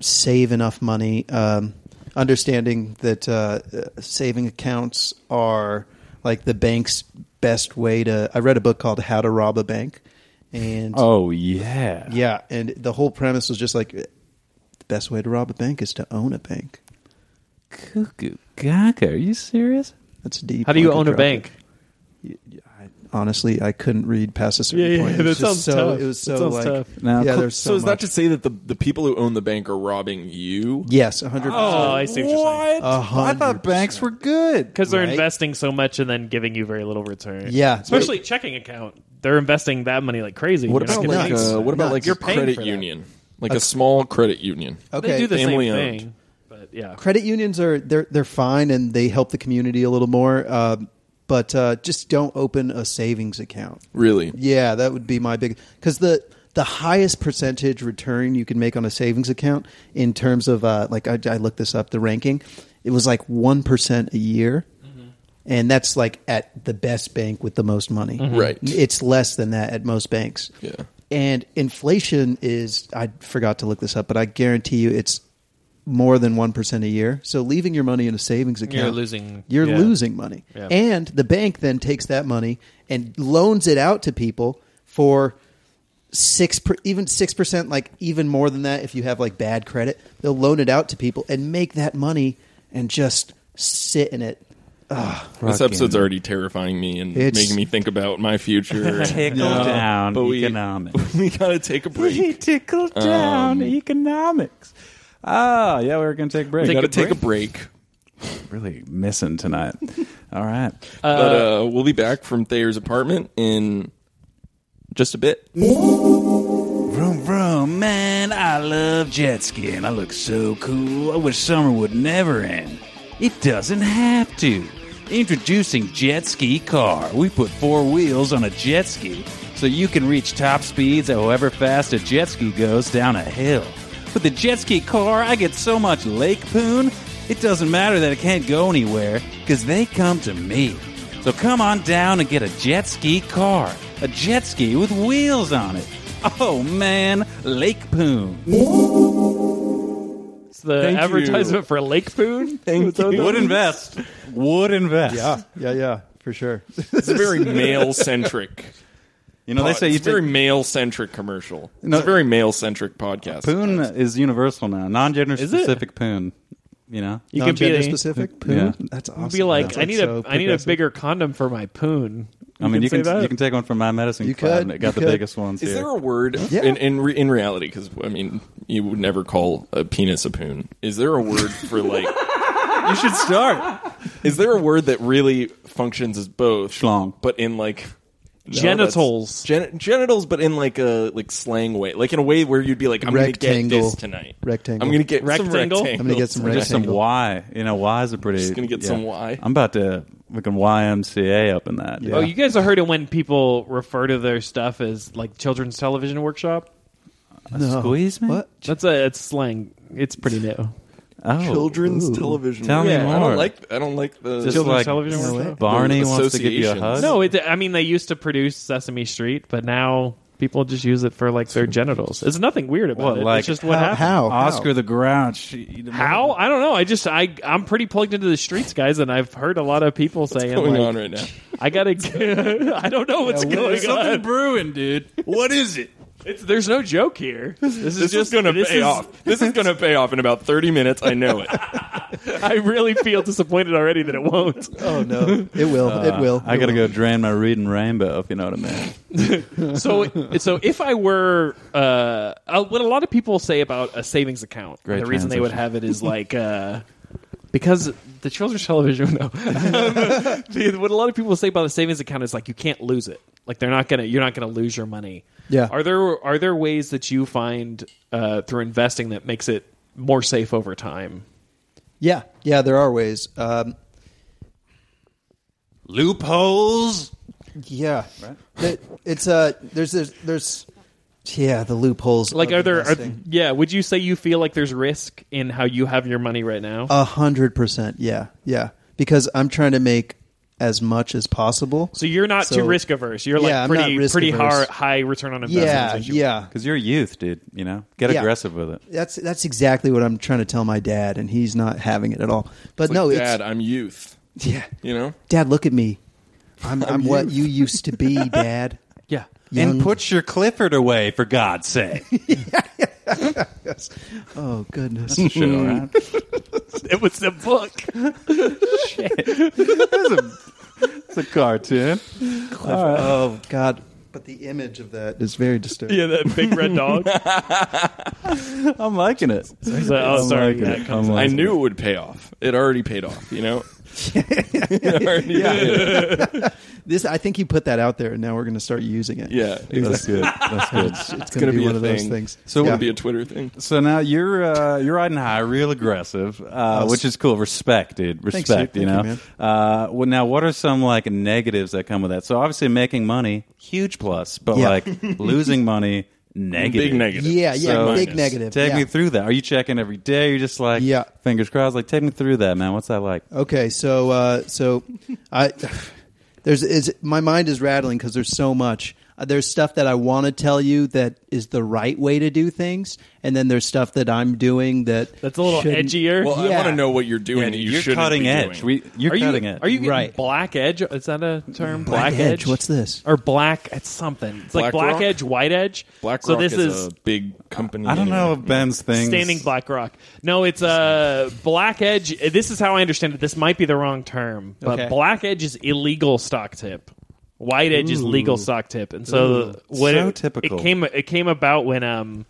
Speaker 3: save enough money, um, understanding that uh, uh, saving accounts are like the bank's best way to. I read a book called How to Rob a Bank, and
Speaker 2: Oh yeah.
Speaker 3: yeah, and the whole premise was just like uh, the best way to rob a bank is to own a bank.
Speaker 2: Cuckoo Gaga. Are you serious?
Speaker 3: That's deep.
Speaker 1: How do you
Speaker 3: Like
Speaker 1: own a
Speaker 3: drop.
Speaker 1: bank?
Speaker 3: Honestly, I couldn't read past a certain
Speaker 1: Yeah, yeah,
Speaker 3: point. It
Speaker 1: that
Speaker 3: was
Speaker 1: sounds
Speaker 3: just so,
Speaker 1: tough.
Speaker 3: It was
Speaker 1: That
Speaker 3: so
Speaker 1: sounds
Speaker 3: like
Speaker 1: tough.
Speaker 2: Now,
Speaker 3: yeah.
Speaker 2: cl-
Speaker 3: There's so,
Speaker 4: So is
Speaker 3: much.
Speaker 4: that to say that the the people who own the bank are robbing you?
Speaker 3: Yes, a hundred.
Speaker 1: Oh,
Speaker 3: percent.
Speaker 1: I see what you're saying.
Speaker 3: A hundred
Speaker 2: banks were good.
Speaker 1: Because they're
Speaker 3: Right.
Speaker 1: investing so much and then giving you very little return.
Speaker 3: Yeah.
Speaker 1: especially checking account. They're investing that money like crazy.
Speaker 4: What
Speaker 1: You're not
Speaker 4: about
Speaker 1: getting
Speaker 4: like
Speaker 1: paid.
Speaker 4: uh, what about
Speaker 3: Nuts.
Speaker 4: like
Speaker 1: You're
Speaker 4: your
Speaker 1: paying for
Speaker 4: credit
Speaker 1: that.
Speaker 4: union? Like a small credit union.
Speaker 3: Okay.
Speaker 1: Oh, they do the same
Speaker 4: family
Speaker 1: thing?
Speaker 4: owned.
Speaker 1: But yeah,
Speaker 3: Credit unions are they're they're fine and they help the community a little more, uh, but uh, just don't open a savings account.
Speaker 4: Really?
Speaker 3: Yeah, that would be my big because the the highest percentage return you can make on a savings account in terms of uh, like I, I looked this up the ranking, it was like one percent a year, and that's like at the best bank with the most money.
Speaker 4: Right.
Speaker 3: it's less than that at most banks.
Speaker 4: Yeah.
Speaker 3: and inflation is I forgot to look this up, but I guarantee you it's more than one percent a year. So leaving your money in a savings account,
Speaker 1: losing-
Speaker 3: you're
Speaker 1: yeah.
Speaker 3: losing losing money.
Speaker 1: Yeah.
Speaker 3: And the bank then takes that money and loans it out to people for six, per, even six percent, like even more than that. If you have like bad credit, they'll loan it out to people and make that money and just sit in it.
Speaker 4: This episode's already terrifying me and
Speaker 3: It's-
Speaker 4: making me think about my future.
Speaker 2: Tickle down
Speaker 4: But we-
Speaker 2: economics.
Speaker 4: we gotta take a break.
Speaker 2: Tickle down economics. Ah, yeah, we were gonna take a break.
Speaker 4: We gotta
Speaker 1: a
Speaker 4: take a break.
Speaker 2: really missing tonight. All right.
Speaker 4: but uh, we'll be back from Thayer's apartment in just a bit.
Speaker 2: Vroom vroom, man, I love jet skiing. I look so cool. I wish summer would never end. It doesn't have to. Introducing Jet Ski Car. We put four wheels on a jet ski so you can reach top speeds at however fast a jet ski goes down a hill. With the jet ski car, I get so much lake poon, it doesn't matter that it can't go anywhere because they come to me. So come on down and get a jet ski car, a jet ski with wheels on it. Oh man, Lake Poon.
Speaker 1: It's the
Speaker 4: Thank you.
Speaker 1: advertisement for Lake Poon.
Speaker 4: Thank you.
Speaker 2: Would invest. Would invest.
Speaker 3: Yeah, yeah, yeah, for sure.
Speaker 4: It's a very male centric.
Speaker 2: You know they say you
Speaker 4: it's a very
Speaker 2: take,
Speaker 4: male centric commercial.
Speaker 2: No.
Speaker 4: it's a very male centric podcast.
Speaker 2: Poon is universal now, non-gender
Speaker 1: it?
Speaker 2: specific Poon. You know.
Speaker 1: You could be a-
Speaker 3: specific. Poon?
Speaker 2: Yeah.
Speaker 3: That's awesome.
Speaker 1: be like,
Speaker 3: That's
Speaker 1: I need
Speaker 3: so
Speaker 1: a I need a
Speaker 3: progressive.
Speaker 1: bigger condom for my poon.
Speaker 2: I mean, you
Speaker 1: say
Speaker 2: can
Speaker 1: that?
Speaker 2: you can take one from my medicine.
Speaker 3: You
Speaker 2: Club,
Speaker 3: could,
Speaker 2: and It
Speaker 3: you
Speaker 2: got the
Speaker 3: could.
Speaker 2: biggest ones
Speaker 4: Is
Speaker 2: here.
Speaker 4: there a word in in, re, in reality? Because I mean, you would never call a penis a poon. Is there a word for like?
Speaker 2: you should start.
Speaker 4: is there a word that really functions as both
Speaker 2: Schlong.
Speaker 4: but in like no,
Speaker 1: Genitals.
Speaker 4: that's- gen- genitals, but in like a like slang way, like in a way where you'd be like, I'm gonna get
Speaker 3: Rectangle.
Speaker 4: this tonight.
Speaker 3: Rectangle.
Speaker 4: I'm gonna get some
Speaker 1: Rectangle?
Speaker 4: rectangle.
Speaker 1: I'm
Speaker 3: gonna get some
Speaker 2: Just some
Speaker 3: Rectangle.
Speaker 2: Y. You know, Y is a pretty.
Speaker 4: Just gonna get some Y.
Speaker 2: I'm about to we can YMCA up in that. dude.
Speaker 1: Oh, you guys have heard it when people refer to their stuff as like children's television workshop.
Speaker 3: No.
Speaker 2: Squeeze me.
Speaker 3: What?
Speaker 1: That's a it's slang. It's pretty new.
Speaker 2: Oh.
Speaker 4: children's
Speaker 3: Ooh.
Speaker 4: television.
Speaker 2: Tell me
Speaker 4: Yeah, I
Speaker 2: more.
Speaker 4: don't like. I don't like the.
Speaker 2: Just
Speaker 1: Children's
Speaker 2: like
Speaker 1: television
Speaker 3: No
Speaker 1: workshop.
Speaker 2: Barney wants to give you a
Speaker 4: Associations.
Speaker 2: hug.
Speaker 1: No, it, I mean they used to produce Sesame Street, but now people just use it for like their genitals. There's nothing weird about
Speaker 2: What,
Speaker 1: it.
Speaker 2: like,
Speaker 1: it's just what
Speaker 3: how,
Speaker 1: happened.
Speaker 3: how?
Speaker 2: Oscar the Grouch.
Speaker 1: How? I don't know. I just I I'm pretty plugged into the streets, guys, and I've heard a lot of people saying
Speaker 4: going
Speaker 1: like,
Speaker 4: on right now.
Speaker 1: I gotta. I don't know what's going on.
Speaker 2: brewing, dude. What is it?
Speaker 1: It's, there's no joke here. This is
Speaker 4: This
Speaker 1: just
Speaker 4: is gonna
Speaker 1: this
Speaker 4: pay
Speaker 1: is-
Speaker 4: off. This is gonna pay off in about 30 minutes. I know it.
Speaker 1: I really feel disappointed already that it won't.
Speaker 3: Oh no, it will. it will.
Speaker 2: Uh, I
Speaker 3: It
Speaker 2: gotta go
Speaker 3: will.
Speaker 2: drain my reading rainbow, if you know what I mean.
Speaker 1: So, so if I were, uh, uh, what a lot of people say about a savings account,
Speaker 2: Great
Speaker 1: the reason they would
Speaker 2: transition.
Speaker 1: have it is like uh, because the children's television. No, Um, the- what a lot of people say about a savings account is like you can't lose it. Like they're not gonna, you're not gonna lose your money.
Speaker 3: Yeah.
Speaker 1: Are there are there ways that you find uh, through investing that makes it more safe over time?
Speaker 3: Yeah, yeah. There are ways. Um,
Speaker 2: Loopholes.
Speaker 3: yeah, That- it's uh, there's, there's there's yeah the loopholes.
Speaker 1: Like,
Speaker 3: of
Speaker 1: are there? Are,
Speaker 3: investing.
Speaker 1: yeah. Would you say you feel like there's risk in how you have your money right now?
Speaker 3: A hundred percent. Yeah, yeah. Because I'm trying to make as much as possible.
Speaker 1: so you're not
Speaker 3: so-
Speaker 1: too risk averse. You're
Speaker 3: Yeah,
Speaker 1: like
Speaker 3: I'm
Speaker 1: pretty
Speaker 3: not risk
Speaker 1: pretty
Speaker 3: averse.
Speaker 1: hard, high return on investment.
Speaker 3: yeah,
Speaker 1: as you-
Speaker 3: yeah.
Speaker 2: Because you're a youth, dude. You know, get
Speaker 3: Yeah.
Speaker 2: aggressive with it.
Speaker 3: That's that's exactly what I'm trying to tell my dad, and he's not having it at all. But no,
Speaker 4: Like,
Speaker 3: it's
Speaker 4: Dad, I'm youth.
Speaker 3: yeah.
Speaker 4: You know.
Speaker 3: Dad, look at me. I'm, I'm what you used to be, Dad.
Speaker 1: yeah.
Speaker 3: Young-
Speaker 2: And put your Clifford away, for God's sake.
Speaker 3: Oh goodness.
Speaker 2: Shit, all right.
Speaker 1: It was the book.
Speaker 2: It's a cartoon.
Speaker 3: Oh God! But the image of that is very disturbing.
Speaker 1: yeah, that big red dog.
Speaker 2: I'm liking it.
Speaker 1: He's like, oh,
Speaker 2: I'm
Speaker 1: sorry.
Speaker 2: liking
Speaker 1: yeah,
Speaker 2: it.
Speaker 1: it
Speaker 2: I'm
Speaker 1: comes-
Speaker 4: I
Speaker 2: liking
Speaker 4: knew
Speaker 2: it.
Speaker 4: it would pay off. It already paid off. You know. It already did.
Speaker 3: This, I think he put that out there, and now we're going to start using it.
Speaker 4: Yeah.
Speaker 2: That's good. That's good.
Speaker 3: it's
Speaker 4: gonna
Speaker 3: going to be,
Speaker 4: be a
Speaker 3: one of those
Speaker 4: thing.
Speaker 3: things.
Speaker 2: So
Speaker 4: It
Speaker 2: Yeah.
Speaker 4: would be a Twitter thing.
Speaker 2: So now you're uh, you're riding high, real aggressive, uh,
Speaker 3: s-
Speaker 2: which is cool. Respect, dude.
Speaker 3: Thanks,
Speaker 2: Respect.
Speaker 3: dude.
Speaker 2: you know.
Speaker 3: Thank you,
Speaker 2: uh, well, now what are some like negatives that come with that? So obviously making money, huge plus, but
Speaker 3: Yeah.
Speaker 2: like losing money, negative.
Speaker 4: Big negative.
Speaker 3: yeah, yeah,
Speaker 2: So-
Speaker 3: big
Speaker 4: Minus.
Speaker 3: negative.
Speaker 2: Take
Speaker 3: yeah.
Speaker 2: me through that. Are you checking every day? You're just like,
Speaker 3: Yeah.
Speaker 2: fingers crossed. Like, take me through that, man. What's that like?
Speaker 3: Okay, so uh, so I there's is my mind is rattling because there's so much. Uh, There's stuff that I want to tell you that is the right way to do things, and then there's stuff that I'm doing that
Speaker 1: That's a little
Speaker 3: shouldn't-
Speaker 1: edgier.
Speaker 4: Well, I
Speaker 3: Yeah.
Speaker 4: want to know what you're doing that you
Speaker 2: are
Speaker 4: shouldn't
Speaker 2: cutting
Speaker 4: be
Speaker 2: edge.
Speaker 4: doing.
Speaker 2: We, you're
Speaker 1: are you
Speaker 2: cutting edge.
Speaker 1: are you getting
Speaker 3: Right.
Speaker 1: black edge? Is that a term? Black,
Speaker 3: edge, what's this?
Speaker 1: Or black? It's something. It's like
Speaker 4: Black
Speaker 1: black
Speaker 4: rock?
Speaker 1: edge, white edge.
Speaker 4: Black
Speaker 1: so
Speaker 4: Rock
Speaker 1: this
Speaker 4: is,
Speaker 1: is
Speaker 4: a big company.
Speaker 2: I don't know
Speaker 4: anyway.
Speaker 2: if Ben's thing.
Speaker 1: Standing Black Rock. No, it's uh, Black Edge. This is how I understand it. This might be the wrong term, but
Speaker 3: Okay.
Speaker 1: Black Edge is illegal stock tip. White Edge is legal stock tip, and so what
Speaker 2: So
Speaker 1: it,
Speaker 2: typical.
Speaker 1: it came it came about when um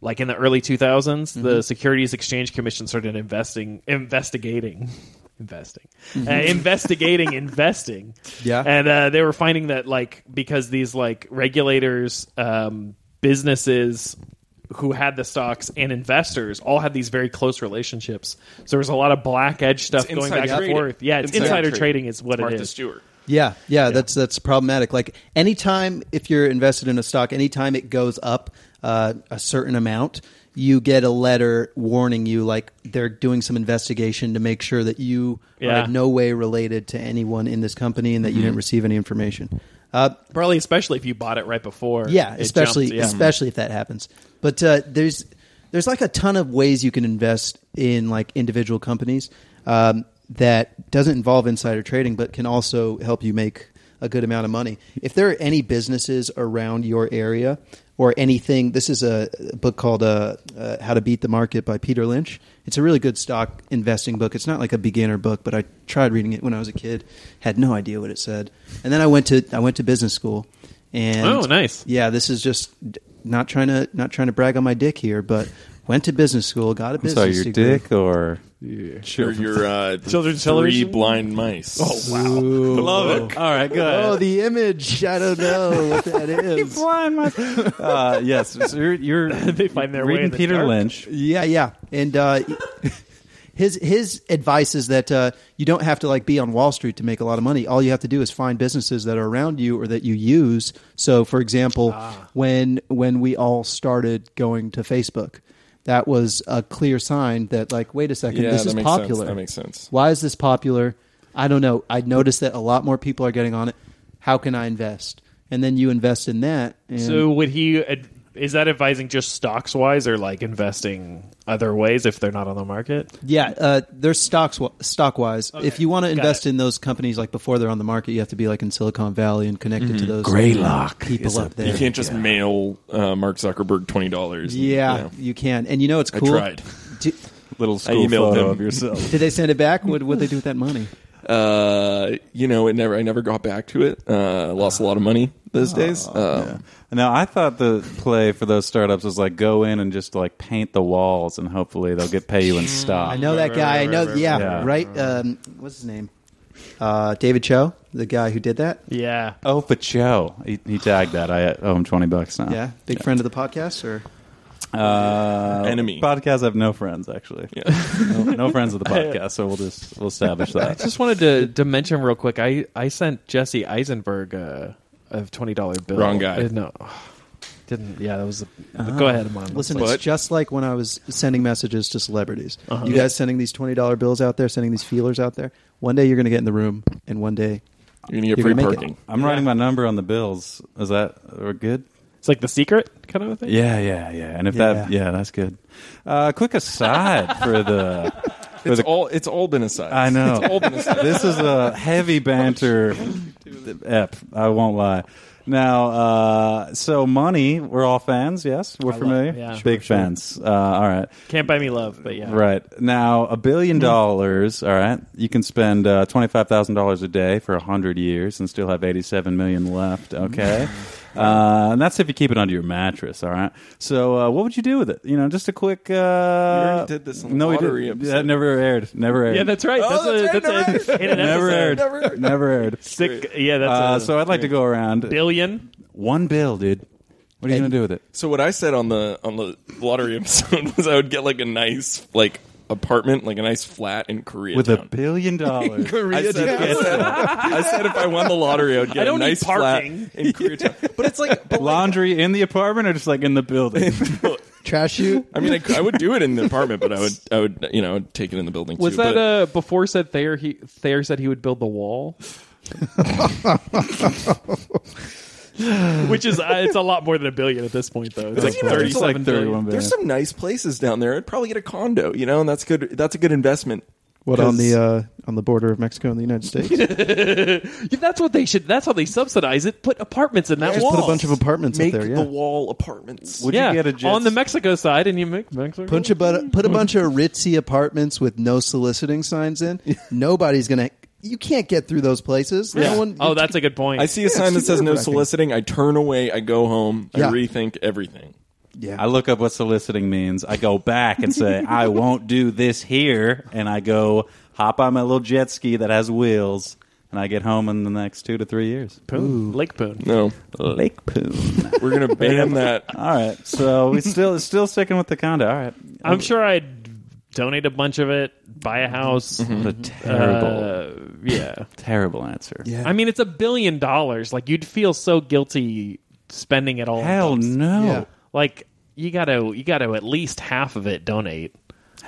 Speaker 1: like in the early 2000s
Speaker 3: Mm-hmm.
Speaker 1: the Securities Exchange Commission started investing investigating investing uh, investigating investing
Speaker 3: Mm-hmm. Yeah.
Speaker 1: and uh, they were finding that like because these like regulators um, businesses who had the stocks and investors all had these very close relationships. So there was a lot of black edge stuff
Speaker 4: It's
Speaker 1: going
Speaker 4: insider
Speaker 1: back and
Speaker 4: trading.
Speaker 1: forth. Yeah, it's
Speaker 4: Insider
Speaker 1: insider,
Speaker 4: trading.
Speaker 1: trading is what
Speaker 4: Martha
Speaker 1: it is.
Speaker 4: Stewart.
Speaker 3: Yeah, yeah, that's that's problematic. Like anytime if you're invested in a stock, anytime it goes up uh, a certain amount, you get a letter warning you like they're doing some investigation to make sure that you are
Speaker 1: Yeah.
Speaker 3: in no way related to anyone in this company and that you didn't receive any information. Uh,
Speaker 1: Probably especially if you bought it right before.
Speaker 3: yeah,
Speaker 1: it
Speaker 3: especially
Speaker 1: jumped, yeah.
Speaker 3: especially if that happens. But uh, there's there's like a ton of ways you can invest in like individual companies um, that doesn't involve insider trading, but can also help you make a good amount of money. If there are any businesses around your area or anything, this is a a book called uh, uh, "How to Beat the Market" by Peter Lynch. It's a really good stock investing book. It's not like a beginner book, but I tried reading it when I was a kid, had no idea what it said, and then I went to I went to business school. And
Speaker 1: Oh, nice.
Speaker 3: yeah, this is just not trying to not trying to brag on my dick here, but went to business school, got a
Speaker 2: I'm
Speaker 3: business
Speaker 2: sorry, your
Speaker 3: degree.
Speaker 2: dick or
Speaker 4: Or your uh,
Speaker 1: Children's
Speaker 4: three
Speaker 1: television?
Speaker 4: blind mice. Oh wow, love it.
Speaker 2: All right, good.
Speaker 3: Oh, the image. I don't know what that is.
Speaker 2: blind my. Uh, yes, so you're, you're
Speaker 1: They find their way
Speaker 2: reading
Speaker 1: in the
Speaker 2: Peter
Speaker 1: dark.
Speaker 2: Lynch.
Speaker 3: Yeah, yeah. And uh, his his advice is that uh, you don't have to like be on Wall Street to make a lot of money. All you have to do is find businesses that are around you or that you use. So, for example,
Speaker 4: Ah.
Speaker 3: when when we all started going to Facebook, that was a clear sign that like, wait a second,
Speaker 4: Yeah,
Speaker 3: this
Speaker 4: that
Speaker 3: is
Speaker 4: makes sense.
Speaker 3: popular.
Speaker 4: That makes sense.
Speaker 3: Why is this popular? I don't know. I noticed that a lot more people are getting on it. How can I invest? And then you invest in that. And
Speaker 1: So would he? ad- Is that advising just stocks wise, or like investing other ways if they're not on the market?
Speaker 3: Yeah, uh, there's stocks stock wise. If you want to invest
Speaker 1: it.
Speaker 3: in those companies like before they're on the market, you have to be like in Silicon Valley and connected to those
Speaker 2: Greylock is
Speaker 3: people
Speaker 2: a
Speaker 3: up
Speaker 4: You
Speaker 3: there.
Speaker 4: can't just mail uh, Mark Zuckerberg twenty dollars.
Speaker 3: yeah, you can. And you know it's
Speaker 4: I
Speaker 3: cool.
Speaker 4: tried.
Speaker 3: Do,
Speaker 2: Little
Speaker 4: I
Speaker 2: school
Speaker 4: emailed
Speaker 2: photo
Speaker 4: him.
Speaker 2: of yourself.
Speaker 3: did they send it back? What would they do with that money?
Speaker 4: Uh, you know, it never. I never got back to it. Uh, lost a lot of money
Speaker 2: Oh,
Speaker 4: those days.
Speaker 1: Oh.
Speaker 4: Uh,
Speaker 2: Now I thought the play for those startups was like go in and just like paint the walls and hopefully they'll get pay you in stock.
Speaker 3: I know that guy. I know. yeah,
Speaker 2: right,
Speaker 3: right. Um, what's his name? Uh, David Cho, the guy who did that.
Speaker 1: Yeah.
Speaker 2: Oh, but Joe, he, he tagged that. I owe him twenty bucks now.
Speaker 3: Yeah, big friend of the podcast. Or
Speaker 2: Uh,
Speaker 4: Enemy.
Speaker 2: podcast. I have no friends actually. no, no friends with the podcast, so we'll just we'll establish
Speaker 1: I
Speaker 2: that.
Speaker 1: just wanted to, to mention real quick. I, I sent Jesse Eisenberg a, a twenty dollar bill.
Speaker 4: Wrong guy.
Speaker 1: Uh, No, didn't. Yeah, that was. A, but go ahead, Mon.
Speaker 3: listen,
Speaker 4: But-
Speaker 3: it's just like when I was sending messages to celebrities.
Speaker 2: Uh-huh.
Speaker 3: You guys sending these twenty dollar bills out there, sending these feelers out there. One day you're going to get in the room, and one day
Speaker 4: you're gonna get
Speaker 3: You're
Speaker 4: free
Speaker 3: gonna make it.
Speaker 4: parking.
Speaker 2: I'm writing my number on the bills. Is that we're good?
Speaker 1: it's like the secret kind of a thing.
Speaker 2: Yeah, yeah, yeah. And if that,
Speaker 3: Yeah.
Speaker 2: yeah, that's good. Uh, quick aside for the. For
Speaker 4: It's
Speaker 2: the
Speaker 4: all. It's all been a size.
Speaker 2: I know.
Speaker 4: It's all been a size.
Speaker 2: this is a heavy banter ep. I won't lie. Now, uh, so money, we're all fans, yes? We're familiar?
Speaker 1: yeah. Sure,
Speaker 2: Big fans. Uh, all right.
Speaker 1: Can't buy me love, but yeah.
Speaker 2: Right. Now, a
Speaker 4: Mm-hmm.
Speaker 2: billion dollars, all right, you can spend uh, $25,000 a day for 100 years and still have 87 million left, okay? Uh, and that's if you keep it under your mattress, all right? So, uh, what would you do with it? You know, just a quick. Uh, you
Speaker 4: already did this in the
Speaker 2: no, we
Speaker 4: lottery
Speaker 2: didn't.
Speaker 4: episode.
Speaker 2: That never aired. Never aired.
Speaker 1: Yeah, that's right.
Speaker 4: Oh, that's
Speaker 1: that's a,
Speaker 4: right,
Speaker 1: that's a, in an
Speaker 2: never
Speaker 1: episode.
Speaker 2: aired.
Speaker 4: Never
Speaker 2: Never
Speaker 4: aired.
Speaker 2: aired.
Speaker 1: Sick. Yeah, that's
Speaker 2: Uh,
Speaker 1: a
Speaker 2: so, I'd like to go around.
Speaker 1: billion.
Speaker 2: One bill, dude. What are you going to do with it?
Speaker 4: So what I said on the on the lottery episode was I would get like a nice like apartment, like a nice flat in Korea.
Speaker 2: With a billion dollars.
Speaker 4: I said, I, said, I said if I won the lottery, I would get
Speaker 1: I don't
Speaker 4: a
Speaker 1: need
Speaker 4: nice flat
Speaker 1: parking.
Speaker 4: in Koreatown. But it's like, but like-
Speaker 2: Laundry in the apartment or just like in the building?
Speaker 3: trash you.
Speaker 4: I mean, I, I would do it in the apartment, but I would, I would, you know, I'd take it in the building.
Speaker 1: Was
Speaker 4: too,
Speaker 1: that
Speaker 4: but
Speaker 1: uh, before said Thayer? He Thayer said he would build the wall, which is uh, it's a lot more than a billion at this point, though. It's like
Speaker 4: Doesn't even-
Speaker 1: thirty
Speaker 4: it's like
Speaker 1: seven billion.
Speaker 4: There's some nice places down there. I'd probably get a condo, you know, and that's good. That's a good investment.
Speaker 3: What on the uh, on the border of Mexico and the United States? Just
Speaker 1: Yeah, that's what they should. That's how they subsidize it. Put apartments in that wall.
Speaker 3: put a bunch of apartments
Speaker 4: make
Speaker 3: up there.
Speaker 4: the
Speaker 3: Yeah,
Speaker 4: wall apartments.
Speaker 2: Would
Speaker 1: yeah,
Speaker 2: you get a jet
Speaker 1: on the Mexico side, and you make Mexico.
Speaker 3: bunch of but, put a bunch of ritzy apartments with no soliciting signs in. Nobody's gonna. You can't get through those places.
Speaker 1: Yeah.
Speaker 3: No one,
Speaker 1: oh, that's a good point.
Speaker 4: I see a sign that
Speaker 3: it's
Speaker 4: says no
Speaker 3: nerve-wracking.
Speaker 4: soliciting. I turn away. I go home. I
Speaker 3: Yeah.
Speaker 4: rethink everything.
Speaker 3: yeah.
Speaker 2: I look up what soliciting means. I go back and say, I won't do this here. And I go hop on my little jet ski that has wheels and I get home in the next two to three years.
Speaker 1: Poon. Lake Poon.
Speaker 4: No,
Speaker 2: Lake Poon.
Speaker 4: we're gonna ban that.
Speaker 2: All right, so we still still sticking with the condo. All right,
Speaker 1: I'm sure I'd donate a bunch of it, buy a house.
Speaker 2: the terrible,
Speaker 1: Uh, yeah.
Speaker 2: terrible answer.
Speaker 3: Yeah.
Speaker 1: I mean, it's a billion dollars. Like, you'd feel so guilty spending it all.
Speaker 2: Hell no.
Speaker 3: Yeah.
Speaker 1: Like, you gotta, you gotta at least half of it donate.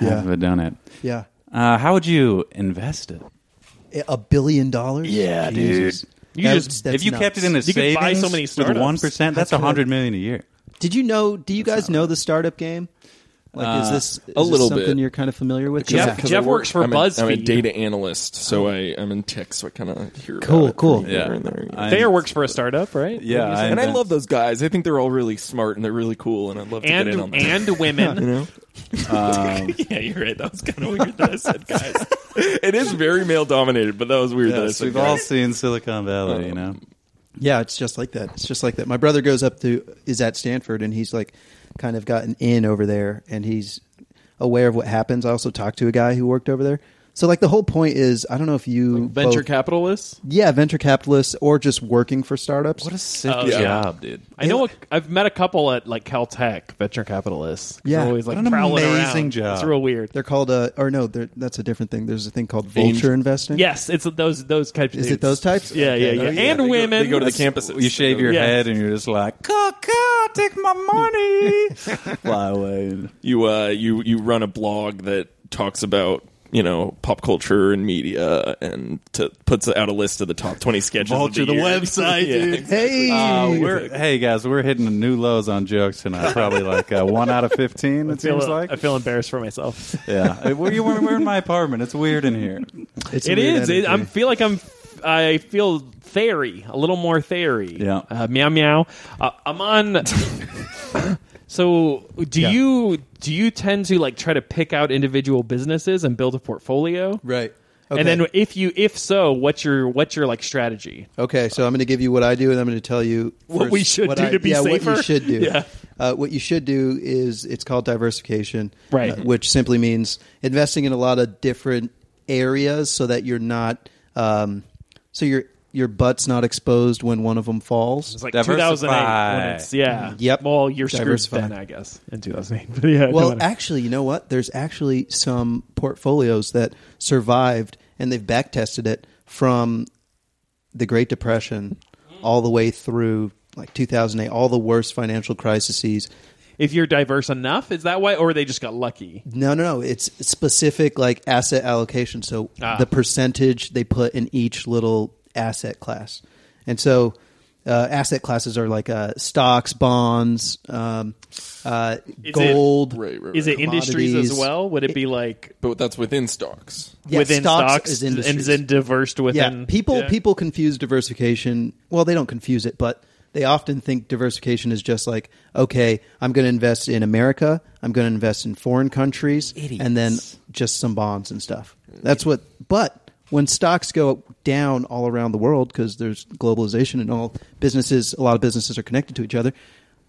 Speaker 3: Yeah.
Speaker 2: Have done it.
Speaker 3: yeah.
Speaker 2: Uh, how would you invest it?
Speaker 3: A billion dollars?
Speaker 2: Yeah,
Speaker 3: Jesus.
Speaker 2: dude.
Speaker 1: You
Speaker 3: That's-
Speaker 1: just-
Speaker 3: that's
Speaker 2: if you kept it
Speaker 3: nuts.
Speaker 2: in a
Speaker 1: You could
Speaker 2: savings
Speaker 1: buy so many
Speaker 2: with
Speaker 1: startups.
Speaker 2: one percent, that's
Speaker 3: How
Speaker 2: a
Speaker 3: could I-
Speaker 2: hundred million a year.
Speaker 3: Did you know? Do you guys know the startup game? Like, is this is
Speaker 4: Uh, a little
Speaker 3: this something
Speaker 4: bit.
Speaker 3: you're kind of familiar with?
Speaker 1: Jeff-
Speaker 3: Yeah.
Speaker 4: Because I
Speaker 1: Jeff
Speaker 4: work-
Speaker 1: works for
Speaker 4: I'm a- I'm a
Speaker 1: BuzzFeed.
Speaker 4: data analyst, so I, I'm in tech, so I kind of hear. about
Speaker 3: Cool,
Speaker 4: it
Speaker 3: cool.
Speaker 4: here
Speaker 2: Yeah.
Speaker 4: and there, you know.
Speaker 2: I-
Speaker 1: Thayer works for a startup, right?
Speaker 2: Yeah, I
Speaker 4: and I
Speaker 2: invent-
Speaker 4: love those guys. I think they're all really smart and they're really cool, and I'd love to
Speaker 1: And
Speaker 4: get in on that. Um,
Speaker 1: and women.
Speaker 4: yeah, you're right. That was kind of weird that I said guys. it is very male dominated, but that was weird that I
Speaker 2: Yes,
Speaker 4: said
Speaker 2: we've all
Speaker 4: guys.
Speaker 2: seen Silicon Valley, you know.
Speaker 3: Yeah, it's just like that. It's just like that. My brother goes up to is at Stanford, and he's like, kind of gotten in over there, and he's aware of what happens. I also talked to a guy who worked over there. So like the whole point is, I don't know if you
Speaker 4: Venture
Speaker 3: both-
Speaker 4: capitalists?
Speaker 3: yeah, venture capitalists or just working for startups.
Speaker 2: What a sick
Speaker 1: Oh, yeah.
Speaker 2: job, dude.
Speaker 1: I know. A, I've met a couple at like Caltech venture capitalists.
Speaker 3: Yeah.
Speaker 1: They're always like
Speaker 2: What an
Speaker 1: prowling
Speaker 2: amazing
Speaker 1: around.
Speaker 2: job.
Speaker 1: It's real weird.
Speaker 3: they're called uh or no, they're- that's a different thing. There's a thing called
Speaker 4: Angel-
Speaker 3: vulture investing.
Speaker 1: Yes, it's those those types.
Speaker 3: Is it those types?
Speaker 1: Yeah, yeah,
Speaker 3: Okay.
Speaker 1: yeah.
Speaker 4: Oh, yeah,
Speaker 1: And
Speaker 4: they go-
Speaker 1: women.
Speaker 4: they go to the campuses.
Speaker 2: You shave your
Speaker 1: Yes.
Speaker 2: head and you're just like, caw, take my money. Fly away.
Speaker 4: You uh, you you run a blog that talks about you know pop culture and media, and to, puts out a list of the top twenty sketches.
Speaker 2: Vulture
Speaker 4: of the,
Speaker 2: the
Speaker 4: year.
Speaker 2: website,
Speaker 4: Yeah,
Speaker 2: dude.
Speaker 4: exactly.
Speaker 3: Hey,
Speaker 2: Uh, we're, hey, guys, we're hitting new lows on jokes tonight. Probably like uh, one out of 15, it
Speaker 1: I feel,
Speaker 2: seems like.
Speaker 1: I feel embarrassed for myself.
Speaker 2: yeah. Hey, we're, we're, we're in my apartment. It's weird in here.
Speaker 3: it's a
Speaker 1: it
Speaker 3: weird
Speaker 1: is. It, I
Speaker 3: energy.
Speaker 1: feel like I'm. I feel theory a little more theory.
Speaker 2: Yeah.
Speaker 1: Uh, meow meow. Uh, I'm on. so do
Speaker 2: Yeah.
Speaker 1: you do you tend to like try to pick out individual businesses and build a portfolio?
Speaker 3: right.
Speaker 1: And then if you if so, what's your what's your like strategy?
Speaker 3: Okay, so I'm going to give you what I do, and I'm going to tell you
Speaker 1: What we should do to be
Speaker 3: yeah, What
Speaker 1: safer.
Speaker 3: you should do.
Speaker 1: Yeah.
Speaker 3: Uh, what you should do is it's called diversification,
Speaker 1: Right.
Speaker 3: uh, which simply means investing in a lot of different areas so that you're not, um, so your your butt's not exposed when one of them falls.
Speaker 1: It's like
Speaker 2: Diversify.
Speaker 1: 2008. When it's, yeah.
Speaker 3: Yep.
Speaker 1: Well, you're screwed
Speaker 3: Diversify.
Speaker 1: then, I guess, in 2008. But yeah. no
Speaker 3: Well,
Speaker 1: matter.
Speaker 3: actually, you know what? There's actually some portfolios that survived, and they've back tested it from the Great Depression all the way through like 2008, all the worst financial crises.
Speaker 1: if you're diverse enough, is that why, or they just got lucky?
Speaker 3: No, no, no. It's specific like asset allocation. So
Speaker 1: Ah.
Speaker 3: the percentage they put in each little asset class, and so uh, asset classes are like uh, stocks, bonds, um, uh,
Speaker 1: it-
Speaker 3: gold.
Speaker 4: Right, right,
Speaker 1: Is it industries as
Speaker 3: Commodities.
Speaker 1: well? Would it be like
Speaker 4: But that's within stocks.
Speaker 3: Yeah,
Speaker 1: within
Speaker 3: stocks
Speaker 1: stocks,
Speaker 3: is
Speaker 1: and
Speaker 3: industries.
Speaker 1: then diverse
Speaker 3: yeah,
Speaker 1: within
Speaker 3: people
Speaker 1: Yeah.
Speaker 3: people confuse diversification. Well, they don't confuse it, but they often think diversification is just like, okay, I'm going to invest in America, I'm going to invest in foreign countries, and then just some bonds and stuff. That's what. But when stocks go down all around the world because there's globalization and all businesses, a lot of businesses are connected to each other.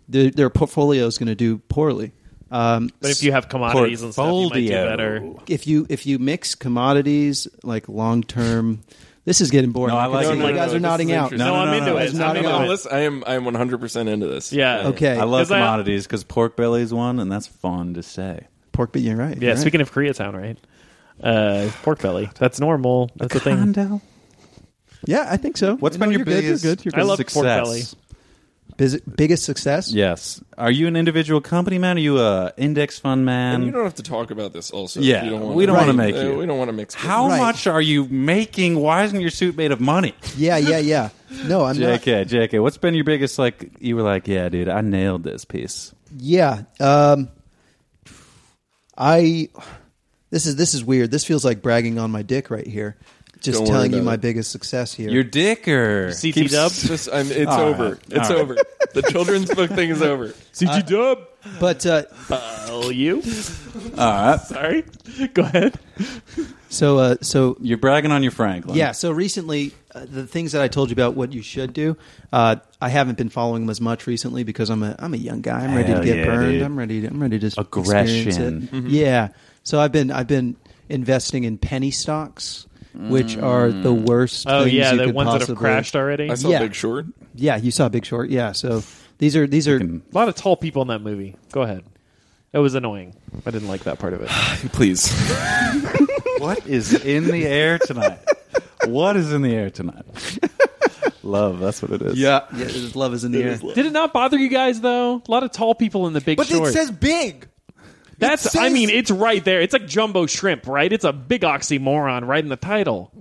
Speaker 3: Their, their portfolio is going to do poorly. Um,
Speaker 1: But if you have commodities and stuff, you might do
Speaker 2: Portfolio.
Speaker 1: better.
Speaker 3: if you if you mix commodities like long term, this is getting boring.
Speaker 2: No, I like
Speaker 3: Some
Speaker 2: it.
Speaker 3: of
Speaker 2: No,
Speaker 3: you
Speaker 2: no,
Speaker 3: guys
Speaker 4: no,
Speaker 3: are
Speaker 4: this
Speaker 3: nodding
Speaker 4: is
Speaker 3: out.
Speaker 1: No,
Speaker 4: No,
Speaker 1: I'm
Speaker 2: no,
Speaker 1: into
Speaker 2: no.
Speaker 1: it.
Speaker 3: It's
Speaker 1: I'm
Speaker 3: not
Speaker 1: into
Speaker 3: enough.
Speaker 1: it.
Speaker 4: Unless I am, I am 100 percent into this.
Speaker 1: Yeah.
Speaker 3: Okay.
Speaker 2: I love
Speaker 1: 'Cause I-
Speaker 2: commodities because pork belly's one, and that's fun to say.
Speaker 3: Pork, but you're right.
Speaker 1: Yeah.
Speaker 3: you're right.
Speaker 1: Speaking of Koreatown, right? Uh, pork belly. That's normal. That's a thing.
Speaker 3: yeah, I think so.
Speaker 2: What's
Speaker 3: No,
Speaker 2: been your
Speaker 3: you're
Speaker 2: biggest?
Speaker 3: Good, you're good.
Speaker 1: I
Speaker 3: You're
Speaker 1: love pork
Speaker 2: success?
Speaker 1: belly.
Speaker 3: good. Bus- biggest success.
Speaker 2: Yes. Are you an individual company man? Are you a index fund man?
Speaker 4: And you don't have to talk about this. Also, if
Speaker 2: Yeah,
Speaker 4: you don't wanna-
Speaker 2: we don't
Speaker 3: wanna
Speaker 2: make
Speaker 4: Uh,
Speaker 2: you.
Speaker 4: We don't want to mix.
Speaker 2: How
Speaker 3: Right.
Speaker 2: much are you making? Why isn't your suit made of money?
Speaker 3: Yeah, yeah, yeah. No, I'm not.
Speaker 2: JK, JK, what's been your biggest like? You were like, yeah, dude, I nailed this piece.
Speaker 3: Yeah. Um, I. This is this is weird. This feels like bragging on my dick right here. Just
Speaker 4: Don't worry
Speaker 3: telling you
Speaker 4: about
Speaker 3: my
Speaker 4: it.
Speaker 3: biggest success here.
Speaker 2: Your dicker.
Speaker 1: CT dub.
Speaker 4: Just, I'm, it's
Speaker 2: All
Speaker 4: over.
Speaker 2: right.
Speaker 4: It's
Speaker 2: All right.
Speaker 4: over. The children's book thing is over.
Speaker 3: Uh,
Speaker 1: CT dub.
Speaker 3: but uh,
Speaker 1: Well, you.
Speaker 2: All right,
Speaker 1: Sorry. Go ahead.
Speaker 3: so uh, so
Speaker 2: you're bragging on your Franklin.
Speaker 3: Yeah. So recently, uh, the things that I told you about what you should do, uh, I haven't been following them as much recently because I'm a I'm a young guy. I'm ready
Speaker 2: Hell
Speaker 3: to get
Speaker 2: yeah,
Speaker 3: burned.
Speaker 2: dude.
Speaker 3: I'm ready. To, I'm ready to just
Speaker 2: Aggression. Mm-hmm.
Speaker 3: experience it. Yeah. So I've been I've been investing in penny stocks which are the
Speaker 2: Mm.
Speaker 3: worst.
Speaker 1: Oh
Speaker 3: things
Speaker 1: yeah,
Speaker 3: you
Speaker 1: the
Speaker 3: could
Speaker 1: ones that
Speaker 3: possibly-
Speaker 1: have crashed already.
Speaker 4: I
Speaker 1: A
Speaker 4: saw
Speaker 3: Yeah.
Speaker 4: Big Short.
Speaker 3: Yeah, you saw Big Short. Yeah, so these are these are
Speaker 2: can-
Speaker 1: lot of tall people in that movie. Go ahead. It was annoying. I didn't like that part of it.
Speaker 4: Please.
Speaker 2: What is in the air tonight? what is in the air tonight? Love, that's what it is.
Speaker 3: yeah, yeah, love is in the air.
Speaker 1: Did it not bother you guys though? A lot of tall people in the Big
Speaker 5: But
Speaker 1: Short.
Speaker 5: it says big.
Speaker 1: That's.
Speaker 5: it says-
Speaker 1: I mean, it's right there. It's like jumbo shrimp, right? It's a big oxymoron right in the title.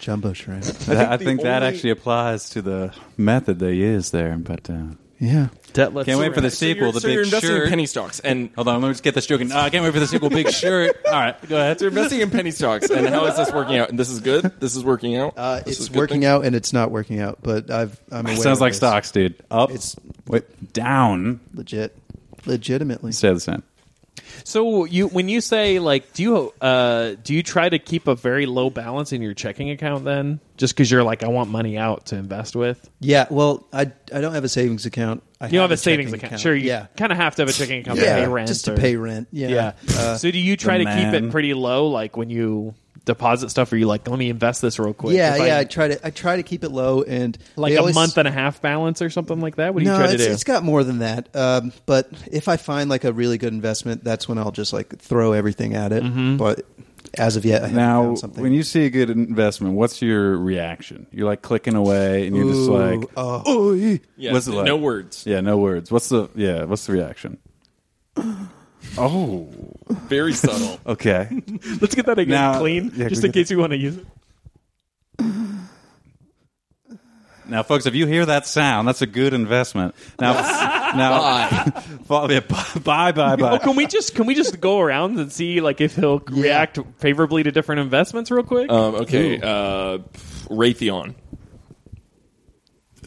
Speaker 3: Jumbo Shrimp.
Speaker 2: That- I think,
Speaker 4: the
Speaker 2: that
Speaker 4: only-
Speaker 2: actually applies to the method they use there. But uh,
Speaker 3: Yeah,
Speaker 2: can't wait for the
Speaker 4: So you're-
Speaker 2: sequel,
Speaker 4: so
Speaker 2: the
Speaker 4: you're
Speaker 2: big
Speaker 4: investing
Speaker 2: shirt.
Speaker 4: in penny stocks and
Speaker 2: Hold on, let me just get this joke. in. Uh, I can't wait for the sequel, big shirt. All right, go ahead.
Speaker 4: so you're investing in penny stocks and how is this working out? This is good. This is working out.
Speaker 3: uh,
Speaker 4: This is
Speaker 3: it's
Speaker 4: good
Speaker 3: working
Speaker 4: thing?
Speaker 3: out and it's not working out. But I've I'm aware.
Speaker 2: Sounds
Speaker 3: of
Speaker 2: like
Speaker 3: this.
Speaker 2: stocks, dude. Up,
Speaker 3: It's-
Speaker 2: wait, down.
Speaker 3: Legit, legitimately.
Speaker 2: Stay the same.
Speaker 1: So you, when you say like, do you uh, do you try to keep a very low balance in your checking account then, just because you're like, I want money out to invest with?
Speaker 3: Yeah. Well, I I don't have a savings account. I
Speaker 1: You don't have a savings
Speaker 3: checking
Speaker 1: account. Sure, you
Speaker 3: yeah.
Speaker 1: kind of have to have a checking account
Speaker 3: yeah,
Speaker 1: to pay rent.
Speaker 3: just to
Speaker 1: or-
Speaker 3: pay rent. Yeah.
Speaker 1: Yeah.
Speaker 3: Uh,
Speaker 1: so do you try to
Speaker 2: the
Speaker 1: keep it
Speaker 2: man.
Speaker 1: pretty low, like when you deposit stuff, or you like, let me invest this real quick?
Speaker 3: yeah,
Speaker 1: If I-
Speaker 3: yeah. I, try to I try to keep it low and
Speaker 1: like
Speaker 3: they
Speaker 1: a
Speaker 3: always-
Speaker 1: month and a half balance or something like that. What do
Speaker 3: no,
Speaker 1: you try to
Speaker 3: it's,
Speaker 1: do?
Speaker 3: it's got more than that. Um, but if I find like a really good investment, that's when I'll just like throw everything at it.
Speaker 1: Mm-hmm.
Speaker 3: But as of yet, I haven't
Speaker 2: Now,
Speaker 3: found something.
Speaker 2: when you see a good investment, what's your reaction? You're like clicking away, and you're just
Speaker 3: Ooh,
Speaker 2: like,
Speaker 3: oh.
Speaker 2: "Oh, yeah."
Speaker 4: Yeah,
Speaker 2: what's it like?
Speaker 4: no words.
Speaker 2: Yeah, no words. What's the yeah? What's the reaction? oh,
Speaker 4: Very subtle.
Speaker 2: okay.
Speaker 1: Let's get that again
Speaker 2: Now-
Speaker 1: clean,
Speaker 2: yeah,
Speaker 1: just
Speaker 2: can we
Speaker 1: in
Speaker 2: get
Speaker 1: case you want to use it.
Speaker 2: now, folks, if you hear that sound, that's a good investment. Now, now, bye, bye, bye, bye.
Speaker 1: Oh, can we just can we just go around and see like if he'll react favorably to different investments real quick?
Speaker 4: um, okay. Uh, Raytheon.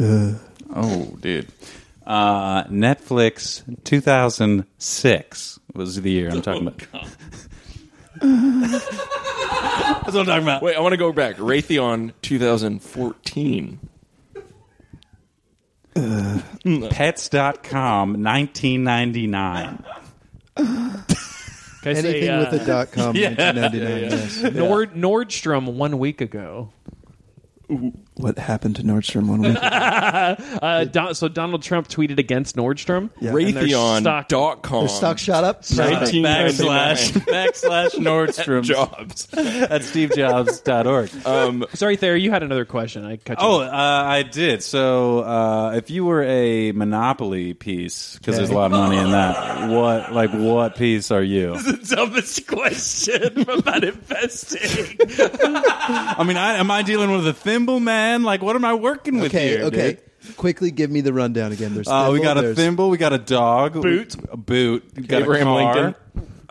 Speaker 2: Oh, dude. Uh, Netflix 2006 was the
Speaker 4: Oh,
Speaker 2: year I'm talking about. That's what I'm talking about.
Speaker 4: Wait, I want to go back. Raytheon 2014.
Speaker 2: Pets.com 1999.
Speaker 1: Can I say,
Speaker 3: anything
Speaker 1: uh,
Speaker 3: with a dot com,
Speaker 2: yeah.
Speaker 3: 1999. Yes.
Speaker 1: Nord Nordstrom one week ago.
Speaker 3: What happened to Nordstrom one week?
Speaker 1: Uh, Don, so Donald Trump tweeted against Nordstrom.
Speaker 3: Yeah. And
Speaker 1: their stock-
Speaker 4: Raytheon.com.
Speaker 3: Their stock shot up.
Speaker 4: Right. 1999.
Speaker 2: Backslash, backslash Nordstrom.
Speaker 4: Jobs.
Speaker 2: At stevejobs.org.
Speaker 4: Um,
Speaker 1: Sorry, Thayer, you had another question. I cut you.
Speaker 2: Oh,
Speaker 1: off.
Speaker 2: uh, I did. So, uh, if you were a Monopoly piece, because there's a lot of money in that, what like what piece are you?
Speaker 1: dumbest question about investing.
Speaker 2: I mean, I, am I dealing with a thimble man? Like, what am I working with
Speaker 3: Okay,
Speaker 2: here?
Speaker 3: okay.
Speaker 2: dude?
Speaker 3: Quickly give me the rundown again. There's
Speaker 2: Uh, we
Speaker 3: thimble,
Speaker 2: got a
Speaker 3: there's-
Speaker 2: thimble. We got a dog.
Speaker 1: Boot.
Speaker 2: A boot. We got
Speaker 4: Abraham
Speaker 2: a car.
Speaker 4: Lincoln.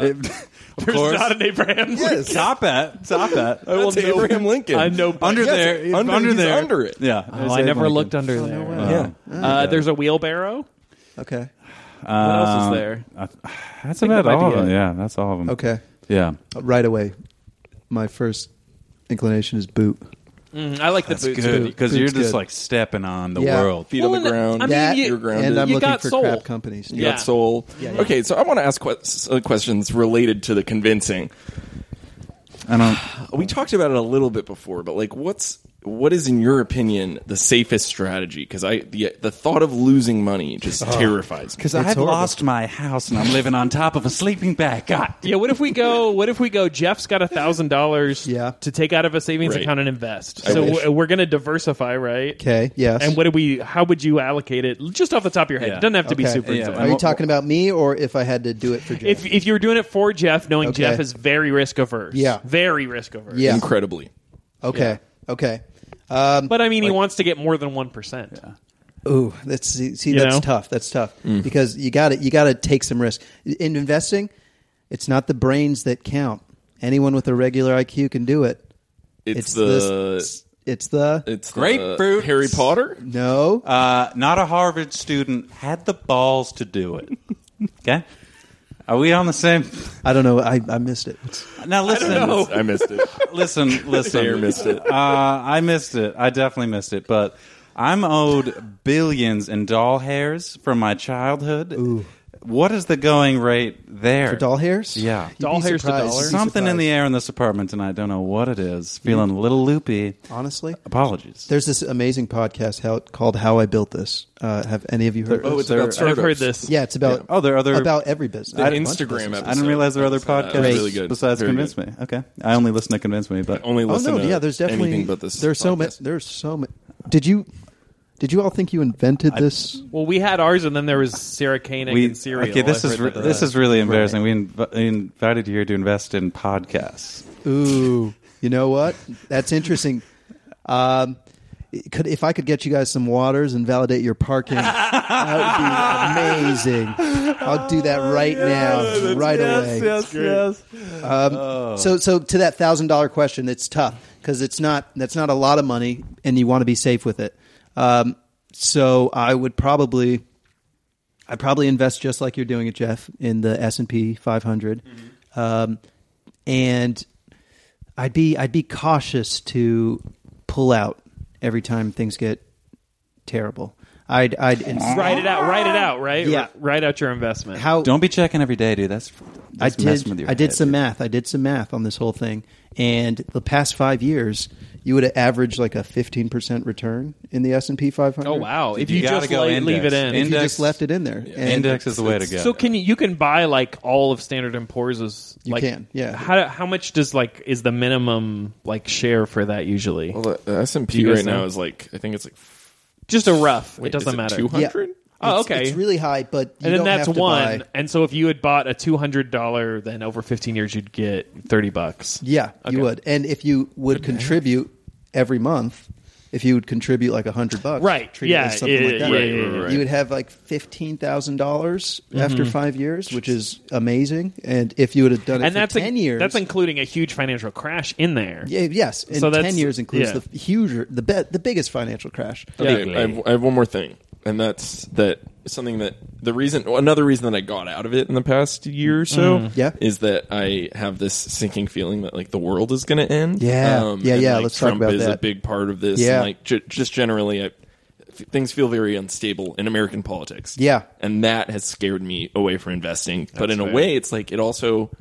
Speaker 2: of course.
Speaker 1: not an Abraham.
Speaker 3: Yes.
Speaker 2: Top hat. Top hat.
Speaker 4: I will Abraham Lincoln.
Speaker 1: I know.
Speaker 2: Under
Speaker 4: Yes,
Speaker 2: there.
Speaker 4: under-
Speaker 2: under
Speaker 4: he's
Speaker 2: there.
Speaker 4: under it.
Speaker 2: Yeah.
Speaker 1: Oh, I never looked under there.
Speaker 4: yeah.
Speaker 1: Uh, there's a wheelbarrow.
Speaker 3: Okay.
Speaker 1: What else is there?
Speaker 2: That's
Speaker 1: think that
Speaker 2: about
Speaker 1: might
Speaker 2: all of
Speaker 1: be
Speaker 2: them.
Speaker 1: it.
Speaker 2: Yeah, that's all of them.
Speaker 3: Okay.
Speaker 2: Yeah.
Speaker 3: Right away, my first inclination is boot.
Speaker 1: Mm, I like the boots. boots.
Speaker 2: Because you're
Speaker 3: Boot's
Speaker 2: just
Speaker 3: good.
Speaker 2: like stepping on the
Speaker 3: Yeah.
Speaker 2: world.
Speaker 4: Feet
Speaker 1: Well,
Speaker 4: on the
Speaker 1: and
Speaker 4: ground.
Speaker 1: I mean,
Speaker 3: That
Speaker 1: you-
Speaker 4: You're grounded.
Speaker 3: and I'm
Speaker 1: You
Speaker 3: looking
Speaker 1: got
Speaker 3: for
Speaker 1: soul.
Speaker 3: crap companies.
Speaker 4: You
Speaker 1: Yeah.
Speaker 4: got soul.
Speaker 3: yeah.
Speaker 4: Okay, so I want to ask que- uh, questions related to the convincing.
Speaker 2: I don't.
Speaker 4: We talked about it a little bit before, but like, what's what is in your opinion the safest strategy? Because I the, the thought of losing money just
Speaker 1: Uh-huh.
Speaker 4: terrifies me.
Speaker 2: Because I
Speaker 3: It's
Speaker 2: had
Speaker 3: horrible.
Speaker 2: lost my house and I'm living on top of a sleeping bag. God.
Speaker 1: Yeah, what if we go? What if we go? Jeff's got a thousand dollars
Speaker 3: Yeah.
Speaker 1: to take out of a savings
Speaker 4: Right.
Speaker 1: account and invest.
Speaker 4: I
Speaker 1: so
Speaker 4: wish.
Speaker 1: we're- we're going to diversify, right?
Speaker 3: Okay. Yes.
Speaker 1: And what do we? How would you allocate it? Just off the top of your head,
Speaker 2: Yeah.
Speaker 1: it doesn't have to be
Speaker 3: Okay.
Speaker 1: super.
Speaker 2: Yeah.
Speaker 1: exact.
Speaker 3: Are you talking about me or if I had to do it for Jeff?
Speaker 1: If if you were doing it for Jeff, knowing
Speaker 3: Okay.
Speaker 1: Jeff is very risk averse,
Speaker 3: Yeah.
Speaker 1: very risk averse.
Speaker 3: yeah.
Speaker 4: Incredibly,
Speaker 3: Okay. Okay. Um,
Speaker 1: But I mean, he wants to get more than one percent.
Speaker 3: ooh, that's see, see
Speaker 1: You
Speaker 3: that's
Speaker 1: know?
Speaker 3: tough. That's tough
Speaker 2: Mm.
Speaker 3: because you got to you got to take some risk in investing. It's not the brains that count. Anyone with a regular IQ can do it.
Speaker 4: it's,
Speaker 3: It's
Speaker 4: the
Speaker 3: the it's the
Speaker 4: it's the
Speaker 2: Grapefruit.
Speaker 4: Harry Potter.
Speaker 3: no.
Speaker 2: Uh, not a Harvard student had the balls to do it. Okay. Are we on the same?
Speaker 3: I don't know. I, I missed it.
Speaker 2: Now listen.
Speaker 4: I missed it.
Speaker 2: listen, listen.
Speaker 4: Thayer missed it.
Speaker 2: Uh, I missed it. I definitely missed it. But I'm owed billions in doll hairs from my childhood. what is the going rate there?
Speaker 3: For doll hairs?
Speaker 2: Yeah.
Speaker 3: You'd
Speaker 1: Doll
Speaker 3: be
Speaker 1: hairs to
Speaker 3: surprised.
Speaker 1: dollar?
Speaker 3: You'd be
Speaker 2: Something in
Speaker 3: surprised.
Speaker 2: the air in this apartment tonight. Don't know what it is. Feeling a little loopy.
Speaker 3: Honestly,
Speaker 2: Apologies.
Speaker 3: there's this amazing podcast how, called "How I Built This." Uh, have any of you heard?
Speaker 4: Oh,
Speaker 3: of
Speaker 4: it's
Speaker 3: it?
Speaker 4: about startups.
Speaker 1: I've heard this.
Speaker 3: yeah, it's about
Speaker 2: Oh, there are other-
Speaker 3: about every business.
Speaker 4: The
Speaker 3: I-
Speaker 4: Instagram
Speaker 3: bunch of businesses.
Speaker 4: episode.
Speaker 2: I didn't realize there were other
Speaker 4: That's, uh,
Speaker 2: podcasts
Speaker 4: that's really good.
Speaker 2: besides
Speaker 4: Very
Speaker 2: Convince
Speaker 4: good.
Speaker 2: Me. Okay. I only listen to Convince Me, but
Speaker 4: Only
Speaker 3: Oh
Speaker 4: listen
Speaker 3: no,
Speaker 4: to
Speaker 3: yeah. There's definitely
Speaker 4: anything but this.
Speaker 3: There's so many.
Speaker 4: podcast.
Speaker 3: There's so many. Did you did you all think you invented this?
Speaker 1: Well, we had ours, and then there was Sarah Koenig
Speaker 2: we
Speaker 1: and Serial.
Speaker 2: okay. This
Speaker 1: I've
Speaker 2: is re-
Speaker 1: heard that, uh,
Speaker 2: this is really embarrassing. We inv- invited you here to invest in podcasts.
Speaker 3: Ooh, you know what? That's interesting. Um, it could if I could get you guys some waters and validate your parking, that would be amazing. I'll do that right now, right away.
Speaker 2: yes,
Speaker 3: Um, So, so to that thousand dollar question, it's tough because it's not that's not a lot of money, and you want to be safe with it. Um, so, I would probably, I probably invest just like you're doing it, Jeff, in the S and P 500, um, and I'd be I'd be cautious to pull out every time things get terrible. I'd I'd ins-
Speaker 1: write it out. Write it out. Right.
Speaker 3: Yeah.
Speaker 1: R- write out your investment.
Speaker 3: how
Speaker 2: Don't be checking every day, dude. That's,
Speaker 3: I
Speaker 2: that's messing with
Speaker 3: did.
Speaker 2: your
Speaker 3: I did
Speaker 2: head,
Speaker 3: some
Speaker 2: dude.
Speaker 3: math. I did some math on this whole thing, and the past five years, you would have averaged like a fifteen percent return in the S and P 500.
Speaker 1: oh wow! If
Speaker 2: You
Speaker 1: you,
Speaker 2: gotta
Speaker 1: just
Speaker 2: go
Speaker 1: like,
Speaker 2: index.
Speaker 1: leave it in.
Speaker 3: If you
Speaker 2: Index-
Speaker 3: just left it in there, and
Speaker 2: Index is the way to go.
Speaker 1: So can you, you can buy like all of Standard and Poor's?
Speaker 3: You
Speaker 1: like,
Speaker 3: can, yeah.
Speaker 1: How how much does like is the minimum like share for that usually?
Speaker 4: Well, the uh, S and P
Speaker 1: You guys
Speaker 4: right now
Speaker 1: know?
Speaker 4: is like I think it's like
Speaker 1: Just a rough.
Speaker 4: wait,
Speaker 1: it doesn't
Speaker 4: is
Speaker 1: matter.
Speaker 4: Two
Speaker 3: Yeah.
Speaker 4: hundred.
Speaker 1: Oh,
Speaker 3: It's-
Speaker 1: okay.
Speaker 3: It's really high, but you
Speaker 1: and then
Speaker 3: don't
Speaker 1: that's
Speaker 3: have to
Speaker 1: one.
Speaker 3: buy-
Speaker 1: And so if you had bought a two hundred dollar, then over fifteen years you'd get thirty bucks.
Speaker 3: Yeah,
Speaker 1: Okay.
Speaker 3: you would, and if you would contribute every month, if you would contribute like a hundred bucks,
Speaker 1: Right,
Speaker 3: treat it
Speaker 1: yeah,
Speaker 3: as something
Speaker 1: yeah,
Speaker 3: like that.
Speaker 1: yeah,
Speaker 4: yeah, yeah, yeah.
Speaker 3: You would have like fifteen thousand dollars
Speaker 1: Mm-hmm.
Speaker 3: after five years, which is amazing. And if you would have done it
Speaker 1: And
Speaker 3: for
Speaker 1: that's
Speaker 3: ten
Speaker 1: in-
Speaker 3: years,
Speaker 1: That's including a huge financial crash in there.
Speaker 3: Yeah, yes, and
Speaker 1: So that's-
Speaker 3: ten years includes
Speaker 1: yeah.
Speaker 3: the huge, the be, the biggest financial crash.
Speaker 4: Okay, I, have, I have one more thing, and that's that something that the reason another reason that I got out of it in the past year or so,
Speaker 1: Mm-hmm.
Speaker 3: Yeah.
Speaker 4: is that I have this sinking feeling that like the world is going to end. Um,
Speaker 3: Yeah. Yeah,
Speaker 4: and,
Speaker 3: yeah,
Speaker 4: like,
Speaker 3: let's talk
Speaker 4: Trump
Speaker 3: about
Speaker 4: is a
Speaker 3: that.
Speaker 4: big part of this.
Speaker 3: Yeah.
Speaker 4: and, like ju- just generally, I, f- things feel very unstable in American politics.
Speaker 3: Yeah.
Speaker 4: and that has scared me away from investing. but
Speaker 1: That's
Speaker 4: in a
Speaker 1: fair.
Speaker 4: way, it's like it also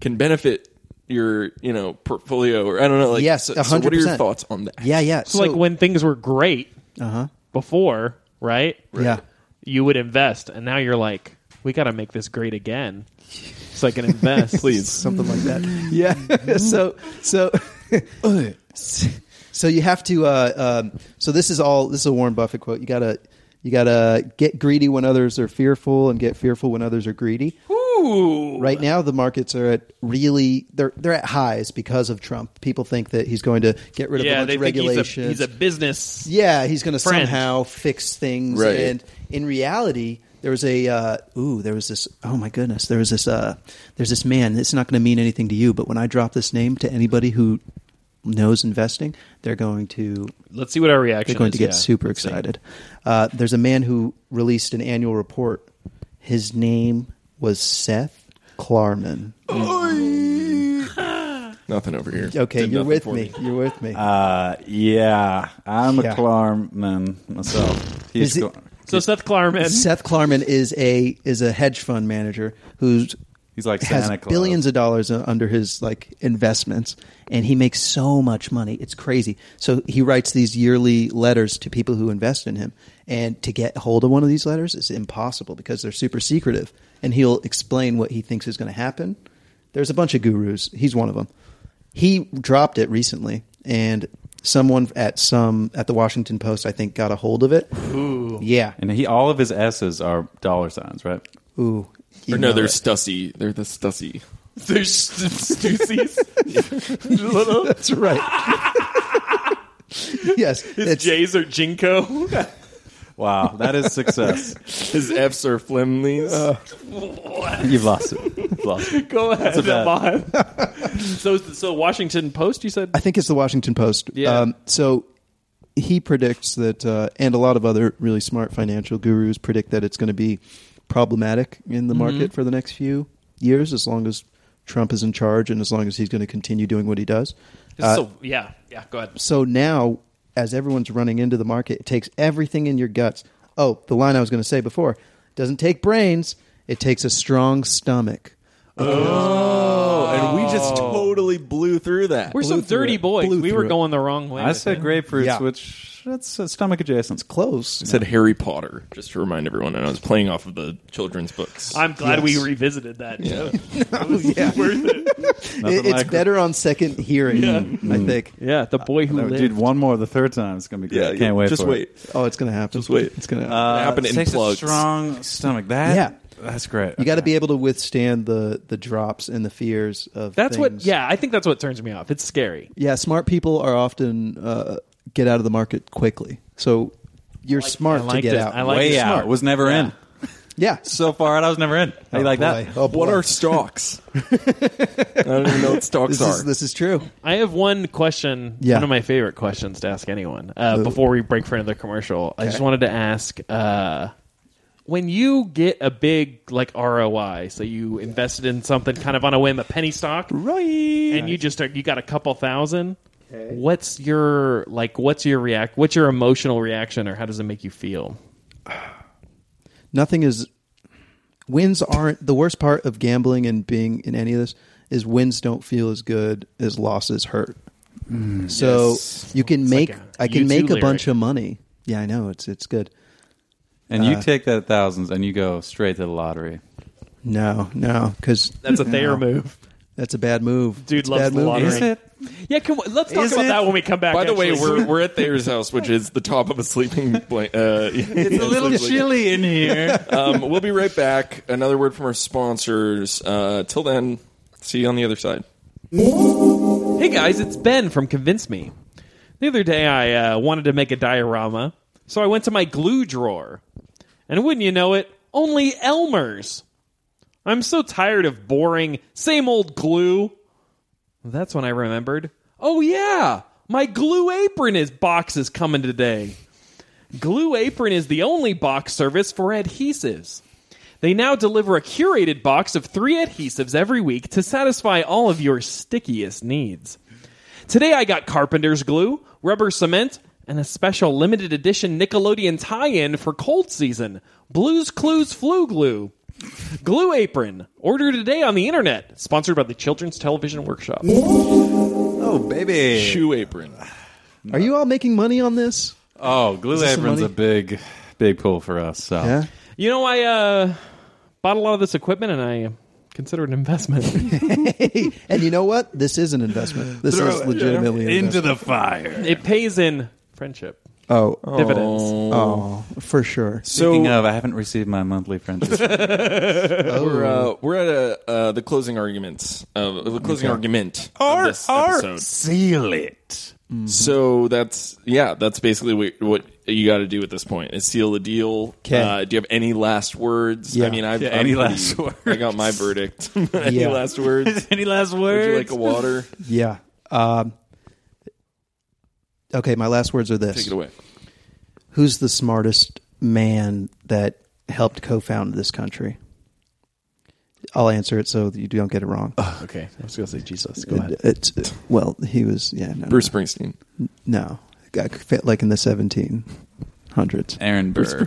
Speaker 4: can benefit your you know portfolio or I don't know. Like,
Speaker 3: Yes,
Speaker 4: so, so what are your
Speaker 3: 100%.
Speaker 4: thoughts on that?
Speaker 3: Yeah, yeah.
Speaker 1: So, like when things were great
Speaker 3: uh
Speaker 1: before, right?
Speaker 3: huh, yeah,
Speaker 1: You would invest, and now you're like, we got to make this great again, so I can invest.
Speaker 4: please.
Speaker 3: something like that. Yeah. so so so you have to. Uh, um, so this is all. This is a Warren Buffett quote. You gotta you gotta get greedy when others are fearful, and get fearful when others are greedy.
Speaker 1: Ooh.
Speaker 3: Right now, the markets are at really they're they're at highs because of Trump. People think that he's going to get rid of a
Speaker 1: Yeah,
Speaker 3: bunch
Speaker 1: they
Speaker 3: of
Speaker 1: think he's a,
Speaker 3: regulations.
Speaker 1: he's a business.
Speaker 3: yeah, he's going to
Speaker 1: Friend.
Speaker 3: somehow fix things.
Speaker 4: Right.
Speaker 3: And in reality, there was a uh, ooh, there was this. Oh my goodness, there was this. Uh, there's this man. It's not going to mean anything to you, but when I drop this name to anybody who knows investing, they're going to
Speaker 1: Let's see what our reaction
Speaker 3: they're going
Speaker 1: is.
Speaker 3: to get
Speaker 1: yeah.
Speaker 3: super
Speaker 1: Let's see.
Speaker 3: excited. Uh, there's a man who released an annual report. His name was Seth Klarman.
Speaker 4: Oh, Nothing over here.
Speaker 3: Okay,
Speaker 4: Did
Speaker 3: you're
Speaker 4: nothing
Speaker 3: with
Speaker 4: for Ah,
Speaker 3: me. You're with me.
Speaker 2: Uh, yeah, I'm
Speaker 3: Yeah.
Speaker 2: a Clarman myself. He's
Speaker 3: Is
Speaker 2: go-
Speaker 3: it-
Speaker 1: So Seth Klarman.
Speaker 3: Seth Klarman is a is a hedge fund manager who's
Speaker 2: He's like
Speaker 3: has
Speaker 2: Santa Claus.
Speaker 3: billions of dollars uh, under his like investments, and he makes so much money. It's crazy. So he writes these yearly letters to people who invest in him, and to get hold of one of these letters is impossible because they're super secretive. And he'll explain what he thinks is going to happen. There's a bunch of gurus. He's one of them. He dropped it recently, and someone at some at the Washington Post, I think, got a hold of it. Ooh, yeah.
Speaker 2: and he all of his S's are dollar signs, right?
Speaker 3: Ooh.
Speaker 4: Or
Speaker 3: You
Speaker 4: no,
Speaker 3: know
Speaker 4: they're
Speaker 3: it.
Speaker 4: Stussy. They're the Stussy.
Speaker 1: There's st- Stussies.
Speaker 3: That's right. yes.
Speaker 1: His
Speaker 3: it's-
Speaker 1: J's are Jinko.
Speaker 2: Wow, that is success.
Speaker 4: His F's are Flimleys.
Speaker 2: You've lost it. You've lost it.
Speaker 1: Go ahead,
Speaker 2: about-
Speaker 1: Ahmad. so, so Washington Post. You said
Speaker 3: I think it's the Washington Post. Um,
Speaker 1: Yeah.
Speaker 3: so he predicts that, uh, and a lot of other really smart financial gurus predict that it's going to be problematic in the market for the next few years, as long as Trump is in charge and as long as he's going to continue doing what he does. Uh,
Speaker 1: so. Yeah, yeah. Go ahead.
Speaker 3: so now, as everyone's running into the market, it takes everything in your guts. Oh, the line I was going to say before doesn't take brains. It takes a strong stomach.
Speaker 4: and we just totally blew through that.
Speaker 1: We're some
Speaker 3: Blew through
Speaker 1: dirty
Speaker 3: it.
Speaker 1: boys.
Speaker 3: Blew
Speaker 1: We were
Speaker 3: through it.
Speaker 1: going the wrong way.
Speaker 2: I
Speaker 1: with
Speaker 2: said
Speaker 1: it.
Speaker 2: grapefruits,
Speaker 3: Yeah.
Speaker 2: which that's uh, stomach adjacent.
Speaker 3: Close.
Speaker 4: said Harry Potter, just to remind everyone, and I was playing off of the children's books.
Speaker 1: I'm glad we
Speaker 3: Yes.
Speaker 1: revisited that.
Speaker 4: Yeah.
Speaker 1: joke. It was worth it.
Speaker 2: Nothing
Speaker 3: It- it's
Speaker 2: like-
Speaker 3: better on second hearing, I think.
Speaker 1: Yeah, the boy who
Speaker 2: No,
Speaker 1: lived.
Speaker 2: dude, one more the third time. It's gonna be great.
Speaker 4: yeah,
Speaker 2: I can't wait.
Speaker 4: Just
Speaker 2: for
Speaker 4: wait.
Speaker 2: It.
Speaker 3: Oh, it's gonna happen.
Speaker 4: Just wait.
Speaker 3: It's gonna happen.
Speaker 2: Uh,
Speaker 4: happened
Speaker 2: it
Speaker 4: in
Speaker 2: takes
Speaker 4: plugs.
Speaker 2: A strong stomach. That
Speaker 3: Yeah.
Speaker 2: that's great.
Speaker 3: you got to be able to withstand the the drops and the fears of.
Speaker 1: That's what.
Speaker 3: things.
Speaker 1: Yeah, I think that's what turns me off. It's scary.
Speaker 3: Yeah, smart people are often uh, get out of the market quickly. So you're smart
Speaker 1: I
Speaker 3: to
Speaker 1: liked
Speaker 3: get
Speaker 1: it.
Speaker 3: out.
Speaker 1: I liked
Speaker 2: way
Speaker 1: it.
Speaker 2: out. Was never in.
Speaker 3: yeah.
Speaker 2: So far out, I was never in. How you like
Speaker 3: boy.
Speaker 2: that?
Speaker 3: Oh, boy.
Speaker 4: What are stocks? I don't even know what stocks
Speaker 3: this
Speaker 4: are.
Speaker 3: is this is true.
Speaker 1: I have one question.
Speaker 3: Yeah.
Speaker 1: One of my favorite questions to ask anyone uh, before we break for another commercial. I just wanted to ask uh, when you get a big like ROI, so you invested in something kind of on a whim, a penny stock, and you just are, you got a couple thousand. What's your like? What's your react? What's your emotional reaction, or how does it make you feel?
Speaker 3: Nothing is. Wins aren't the worst part of gambling and being in any of this is wins don't feel as good as losses hurt. so
Speaker 4: Yes.
Speaker 3: you can make
Speaker 1: like a
Speaker 3: I can
Speaker 1: U2
Speaker 3: make a
Speaker 1: lyric.
Speaker 3: bunch of money. Yeah, I know it's it's good.
Speaker 2: And
Speaker 3: Uh,
Speaker 2: you take that thousands and you go straight to the lottery.
Speaker 3: No, no, because
Speaker 1: That's a Thayer move.
Speaker 3: That's a bad move.
Speaker 1: Dude
Speaker 3: It's a
Speaker 1: loves
Speaker 3: bad
Speaker 1: the
Speaker 3: move.
Speaker 1: lottery.
Speaker 2: Is it?
Speaker 1: Yeah, can we, let's talk
Speaker 2: Is
Speaker 1: about
Speaker 2: it-
Speaker 1: that when we come back.
Speaker 4: By the way,
Speaker 1: actually.
Speaker 4: we're, we're at Thayer's house, which is the top of a sleeping blanket. Uh,
Speaker 2: It's a little chilly in here.
Speaker 4: um, we'll be right back. Another word from our sponsors. Uh, till then, see you on the other side.
Speaker 1: Hey guys, it's Ben from Convince Me. The other day I uh, wanted to make a diorama, so I went to my glue drawer. And wouldn't you know it, only Elmer's. I'm so tired of boring, same old glue. That's when I remembered. Oh yeah, my glue apron is box is coming today. Glue Apron is the only box service for adhesives. They now deliver a curated box of three adhesives every week to satisfy all of your stickiest needs. Today I got carpenter's glue, rubber cement, and a special limited edition Nickelodeon tie in for cold season Blues Clues Flu Glue. Glue Apron. Order today on the internet. Sponsored by the Children's Television Workshop.
Speaker 2: oh baby.
Speaker 4: Shoe apron.
Speaker 3: Are you all making money on this?
Speaker 2: Oh, glue
Speaker 3: this some
Speaker 2: apron's a
Speaker 3: money?
Speaker 2: big, big pull for us. So
Speaker 3: Yeah.
Speaker 1: You know, I uh, bought a lot of this equipment and I consider it an investment.
Speaker 3: and you know what? This is an investment. This is legitimately an investment.
Speaker 2: the fire.
Speaker 1: It pays in friendship,
Speaker 3: oh,
Speaker 1: dividends.
Speaker 3: oh, for sure.
Speaker 2: Speaking
Speaker 4: So
Speaker 2: of, I haven't received my monthly friendship.
Speaker 4: we're, uh, we're at a, uh, the closing arguments. Uh, the closing argument. of this
Speaker 3: Mm-hmm.
Speaker 4: episode.
Speaker 2: seal it.
Speaker 4: So that's yeah, that's basically what, what you got to do at this point is seal the deal.
Speaker 3: 'Kay.
Speaker 4: Uh, do you have any last words?
Speaker 3: Yeah.
Speaker 4: I mean, I've
Speaker 2: Yeah,
Speaker 4: I'm
Speaker 2: any last
Speaker 4: I got my verdict. any
Speaker 3: Yeah.
Speaker 4: last words?
Speaker 2: Any last
Speaker 4: Would
Speaker 2: words?
Speaker 4: you like a water?
Speaker 3: Yeah. Um, okay, my last words are
Speaker 4: Take
Speaker 3: this.
Speaker 4: it away.
Speaker 3: Who's the smartest man that helped co-found this country? I'll answer it so that you don't get it wrong.
Speaker 1: Okay, I was gonna say Jesus.
Speaker 3: It's, it- well, he was yeah, no.
Speaker 4: Bruce Springsteen.
Speaker 3: No. I could fit like in the 1700s.
Speaker 2: Aaron Burr.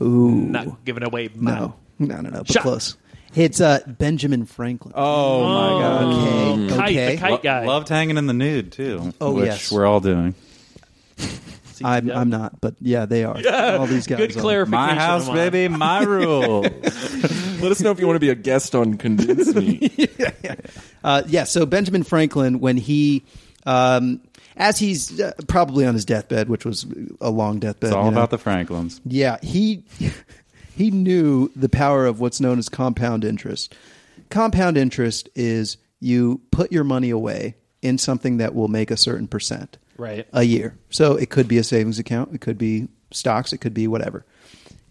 Speaker 3: Ooh.
Speaker 1: Not giving away my.
Speaker 3: No, no, no, no. But
Speaker 1: Shut-
Speaker 3: close. It's uh, Benjamin Franklin.
Speaker 2: Oh my
Speaker 1: Kite,
Speaker 2: god.
Speaker 3: okay, okay.
Speaker 1: Oh. the kite guy.
Speaker 2: Loved hanging in the nude too.
Speaker 3: Oh,
Speaker 2: which
Speaker 3: yes.
Speaker 2: we're all doing.
Speaker 3: I'm, I'm not, but yeah, they are. All these guys.
Speaker 1: Good
Speaker 3: are.
Speaker 1: clarification.
Speaker 2: My house,
Speaker 1: Amon.
Speaker 2: baby, my rule.
Speaker 4: Let us know if you want to be a guest on Convince Me.
Speaker 3: Uh, yeah. So Benjamin Franklin, when he, um, as he's uh, probably on his deathbed, which was a long deathbed.
Speaker 2: It's all
Speaker 3: you know.
Speaker 2: about the Franklins.
Speaker 3: Yeah, he he knew the power of what's known as compound interest. Compound interest is you put your money away in something that will make a certain percent
Speaker 1: Right.
Speaker 3: a year. So it could be a savings account, it could be stocks, it could be whatever.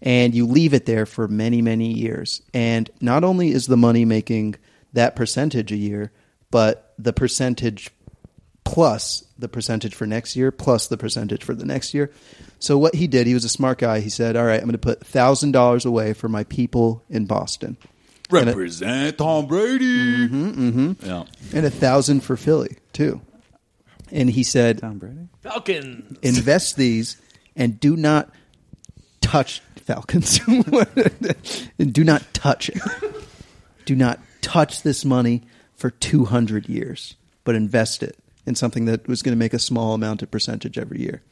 Speaker 3: And you leave it there for many, many years. And not only is the money making that percentage a year, but the percentage plus the percentage for next year plus the percentage for the next year. So what he did, he was a smart guy. He said, "All right, I'm going to put thousand dollars away for my people in Boston,
Speaker 2: Represent Tom Brady. Yeah.
Speaker 3: and a thousand for Philly too." And he said,
Speaker 2: Tom Brady.
Speaker 1: Falcon.
Speaker 3: "Invest these and do not touch Falcons. Do not touch it. Do not touch this money for 200 years, but invest it in something that was going to make a small amount of percentage every year.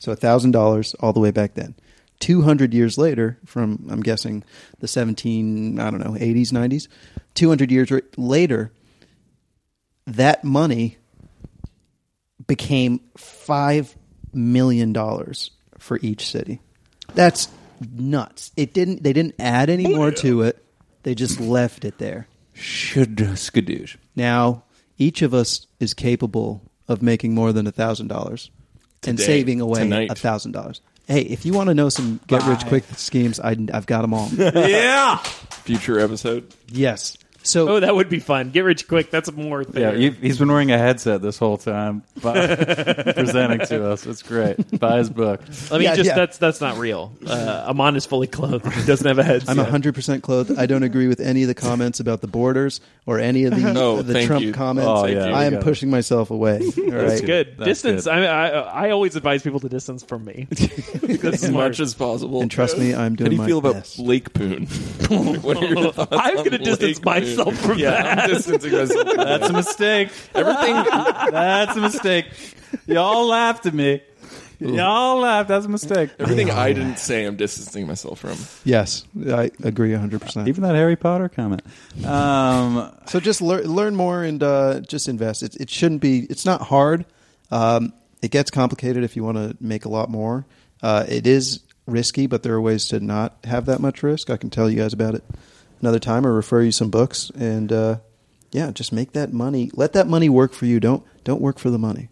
Speaker 3: So $1,000 all the way back then. 200 years later, from I'm guessing the 17, I don't know, 80s, 90s, 200 years r- later, that money became five million dollars for each city. That's nuts. It didn't. They didn't add any more to it. They just left it there.
Speaker 2: Should skadoosh.
Speaker 3: Now each of us is capable of making more than a thousand dollars and
Speaker 4: Today,
Speaker 3: saving away
Speaker 4: tonight.
Speaker 3: a thousand dollars. Hey, if you want to know some get rich quick schemes, I, I've got them all.
Speaker 4: yeah. Future episode.
Speaker 3: yes. So
Speaker 1: Oh, that would be fun. Get rich quick. That's more thing.
Speaker 2: Yeah, you, he's been wearing a headset this whole time, by, presenting to us. It's great. Buy his book.
Speaker 1: I mean,
Speaker 3: Yeah,
Speaker 1: just
Speaker 3: yeah.
Speaker 1: that's that's not real. Uh, Amon is fully clothed. He doesn't have a head.
Speaker 3: I'm 100% clothed. I don't agree with any of the comments about the borders or any of the,
Speaker 4: Oh,
Speaker 3: the
Speaker 4: thank
Speaker 3: Trump
Speaker 4: you.
Speaker 3: comments.
Speaker 2: Oh, yeah.
Speaker 3: I
Speaker 2: You
Speaker 3: am
Speaker 2: got it.
Speaker 3: pushing myself away. All right.
Speaker 1: good.
Speaker 2: That's
Speaker 1: distance.
Speaker 2: good.
Speaker 1: I, uh, I I always advise people to distance from me.
Speaker 4: As much as possible.
Speaker 3: And trust me, I'm
Speaker 4: How do
Speaker 3: doing
Speaker 4: you
Speaker 3: my
Speaker 4: feel about
Speaker 3: best.
Speaker 4: Lake Poon? what are your thoughts
Speaker 1: I'm
Speaker 4: on
Speaker 1: going to distance
Speaker 4: Lake
Speaker 1: myself
Speaker 4: Poon?
Speaker 1: from that.
Speaker 4: Yeah, I'm distancing myself. From that.
Speaker 2: That's a mistake.
Speaker 4: Everything
Speaker 2: That's a mistake. Y'all laughed at me. Y'all laughed. That's a mistake.
Speaker 4: Everything I didn't say, I'm distancing myself from.
Speaker 3: Yes, I agree 100%.
Speaker 2: Even that Harry Potter comment. Um,
Speaker 3: so just lear- learn more and uh, just invest. It, it shouldn't be, it's not hard. Um, it gets complicated if you want to make a lot more. Uh, it is risky, but there are ways to not have that much risk. I can tell you guys about it another time or refer you some books. And uh, yeah, just make that money. Let that money work for you. Don't Don't work for the money.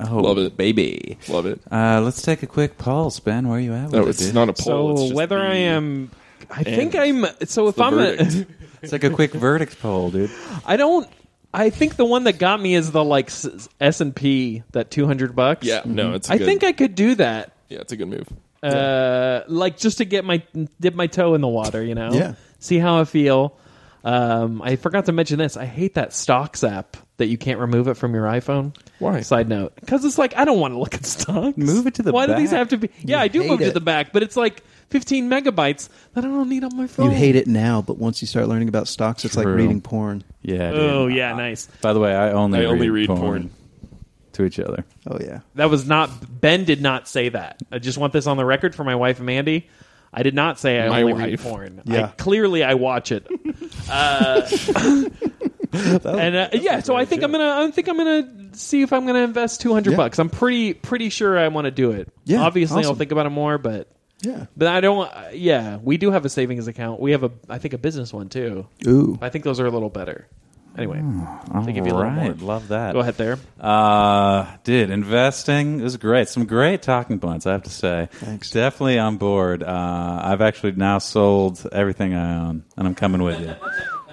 Speaker 2: oh,
Speaker 4: Love it.
Speaker 2: baby.
Speaker 4: Love it.
Speaker 2: Uh, let's take a quick pulse, Ben. Where are you at? With
Speaker 4: No,
Speaker 2: it,
Speaker 4: it's
Speaker 2: dude?
Speaker 4: not a poll. it's
Speaker 1: So
Speaker 4: just
Speaker 1: whether
Speaker 4: the-
Speaker 1: I am, I think
Speaker 4: And
Speaker 1: I'm. So if
Speaker 4: the
Speaker 1: I'm, a,
Speaker 4: verdict.
Speaker 2: It's like a quick verdict poll, dude.
Speaker 1: I don't. I think the one that got me is the like S and P that 200 bucks.
Speaker 4: Yeah,
Speaker 2: Mm-hmm.
Speaker 4: no, it's. a
Speaker 1: I
Speaker 4: good-
Speaker 1: think I could do that.
Speaker 4: Yeah, it's a good move.
Speaker 1: Uh, like just to get my dip my toe in the water, you know.
Speaker 3: Yeah.
Speaker 1: See how I feel. Um, I forgot to mention this. I hate that stocks app that you can't remove it from your iPhone.
Speaker 4: Why?
Speaker 1: Side note, because it's like I don't want to look at stocks.
Speaker 2: Move it to the
Speaker 1: Why do these
Speaker 2: back.
Speaker 1: have to be? Yeah, I do
Speaker 3: hate
Speaker 1: move to
Speaker 3: it.
Speaker 1: the back, but it's like 15 megabytes that I don't need on my phone.
Speaker 3: You hate it now, but once you start learning about stocks, it's
Speaker 2: True.
Speaker 3: like reading porn.
Speaker 2: Yeah. Dude.
Speaker 1: Oh yeah, nice.
Speaker 2: By the way, I only
Speaker 4: I
Speaker 2: read
Speaker 4: only read
Speaker 2: porn,
Speaker 4: porn.
Speaker 2: to each other.
Speaker 3: Oh yeah.
Speaker 1: That was not Ben did not say that. I just want this on the record for my wife Mandy. I did not say I
Speaker 4: My
Speaker 1: only read
Speaker 4: wife.
Speaker 1: porn.
Speaker 3: Yeah.
Speaker 1: I, clearly, I watch it. Uh, and uh, yeah, so I think I'm gonna. I think I'm gonna see if I'm gonna invest 200
Speaker 3: Yeah.
Speaker 1: bucks. I'm pretty pretty sure I want to do it.
Speaker 3: Yeah,
Speaker 1: obviously I'll
Speaker 3: awesome.
Speaker 1: think about it more, but
Speaker 3: Yeah.
Speaker 1: but I don't. Uh, yeah, we do have a savings account. We have a I think a business one too.
Speaker 3: Ooh.
Speaker 1: I think those are a little better. Anyway,
Speaker 3: Hmm.
Speaker 2: All
Speaker 1: They give you a little more.
Speaker 2: right. Love that.
Speaker 1: go ahead there.
Speaker 2: Uh, dude, investing is great. Some great talking points, I have to say.
Speaker 3: Thanks.
Speaker 2: Definitely on board. Uh, I've actually now sold everything I own, and I'm coming with you.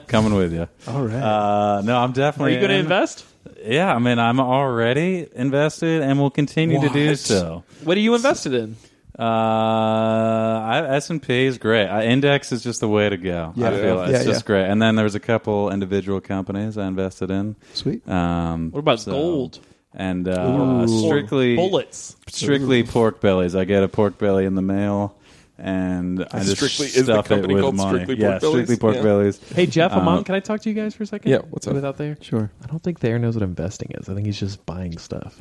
Speaker 2: coming with you.
Speaker 3: All right.
Speaker 2: Uh, no, I'm
Speaker 1: Are
Speaker 2: definitely.
Speaker 1: you going to
Speaker 2: in.
Speaker 1: invest?
Speaker 2: Yeah, I mean, I'm already invested, and will continue to do
Speaker 4: What?
Speaker 2: so.
Speaker 1: What are you invested in?
Speaker 2: Uh, S and P is great. Uh, index is just the way to go. I
Speaker 3: Yeah.
Speaker 2: feel
Speaker 3: Yeah.
Speaker 2: it's
Speaker 3: Yeah,
Speaker 2: just
Speaker 3: yeah.
Speaker 2: great. And then there was a couple individual companies I invested in.
Speaker 3: Sweet.
Speaker 2: Um,
Speaker 1: What about
Speaker 2: so-
Speaker 1: gold?
Speaker 2: And uh,
Speaker 3: Ooh.
Speaker 2: strictly
Speaker 1: Bullets.
Speaker 2: strictly pork bellies. I get a pork belly in the mail, and I just
Speaker 4: Strictly- is the
Speaker 2: stuff it
Speaker 4: company
Speaker 2: with
Speaker 4: called
Speaker 2: money.
Speaker 4: Strictly Pork
Speaker 2: yeah, strictly
Speaker 4: Bellies?
Speaker 2: pork
Speaker 4: Yeah.
Speaker 2: bellies.
Speaker 1: Hey Jeff,
Speaker 2: Uh,
Speaker 1: Amon, can I talk to you guys for a second?
Speaker 4: Yeah, what's up?
Speaker 1: Without there,
Speaker 3: Sure.
Speaker 1: I don't think Thayer knows what investing is. I think he's just buying stuff.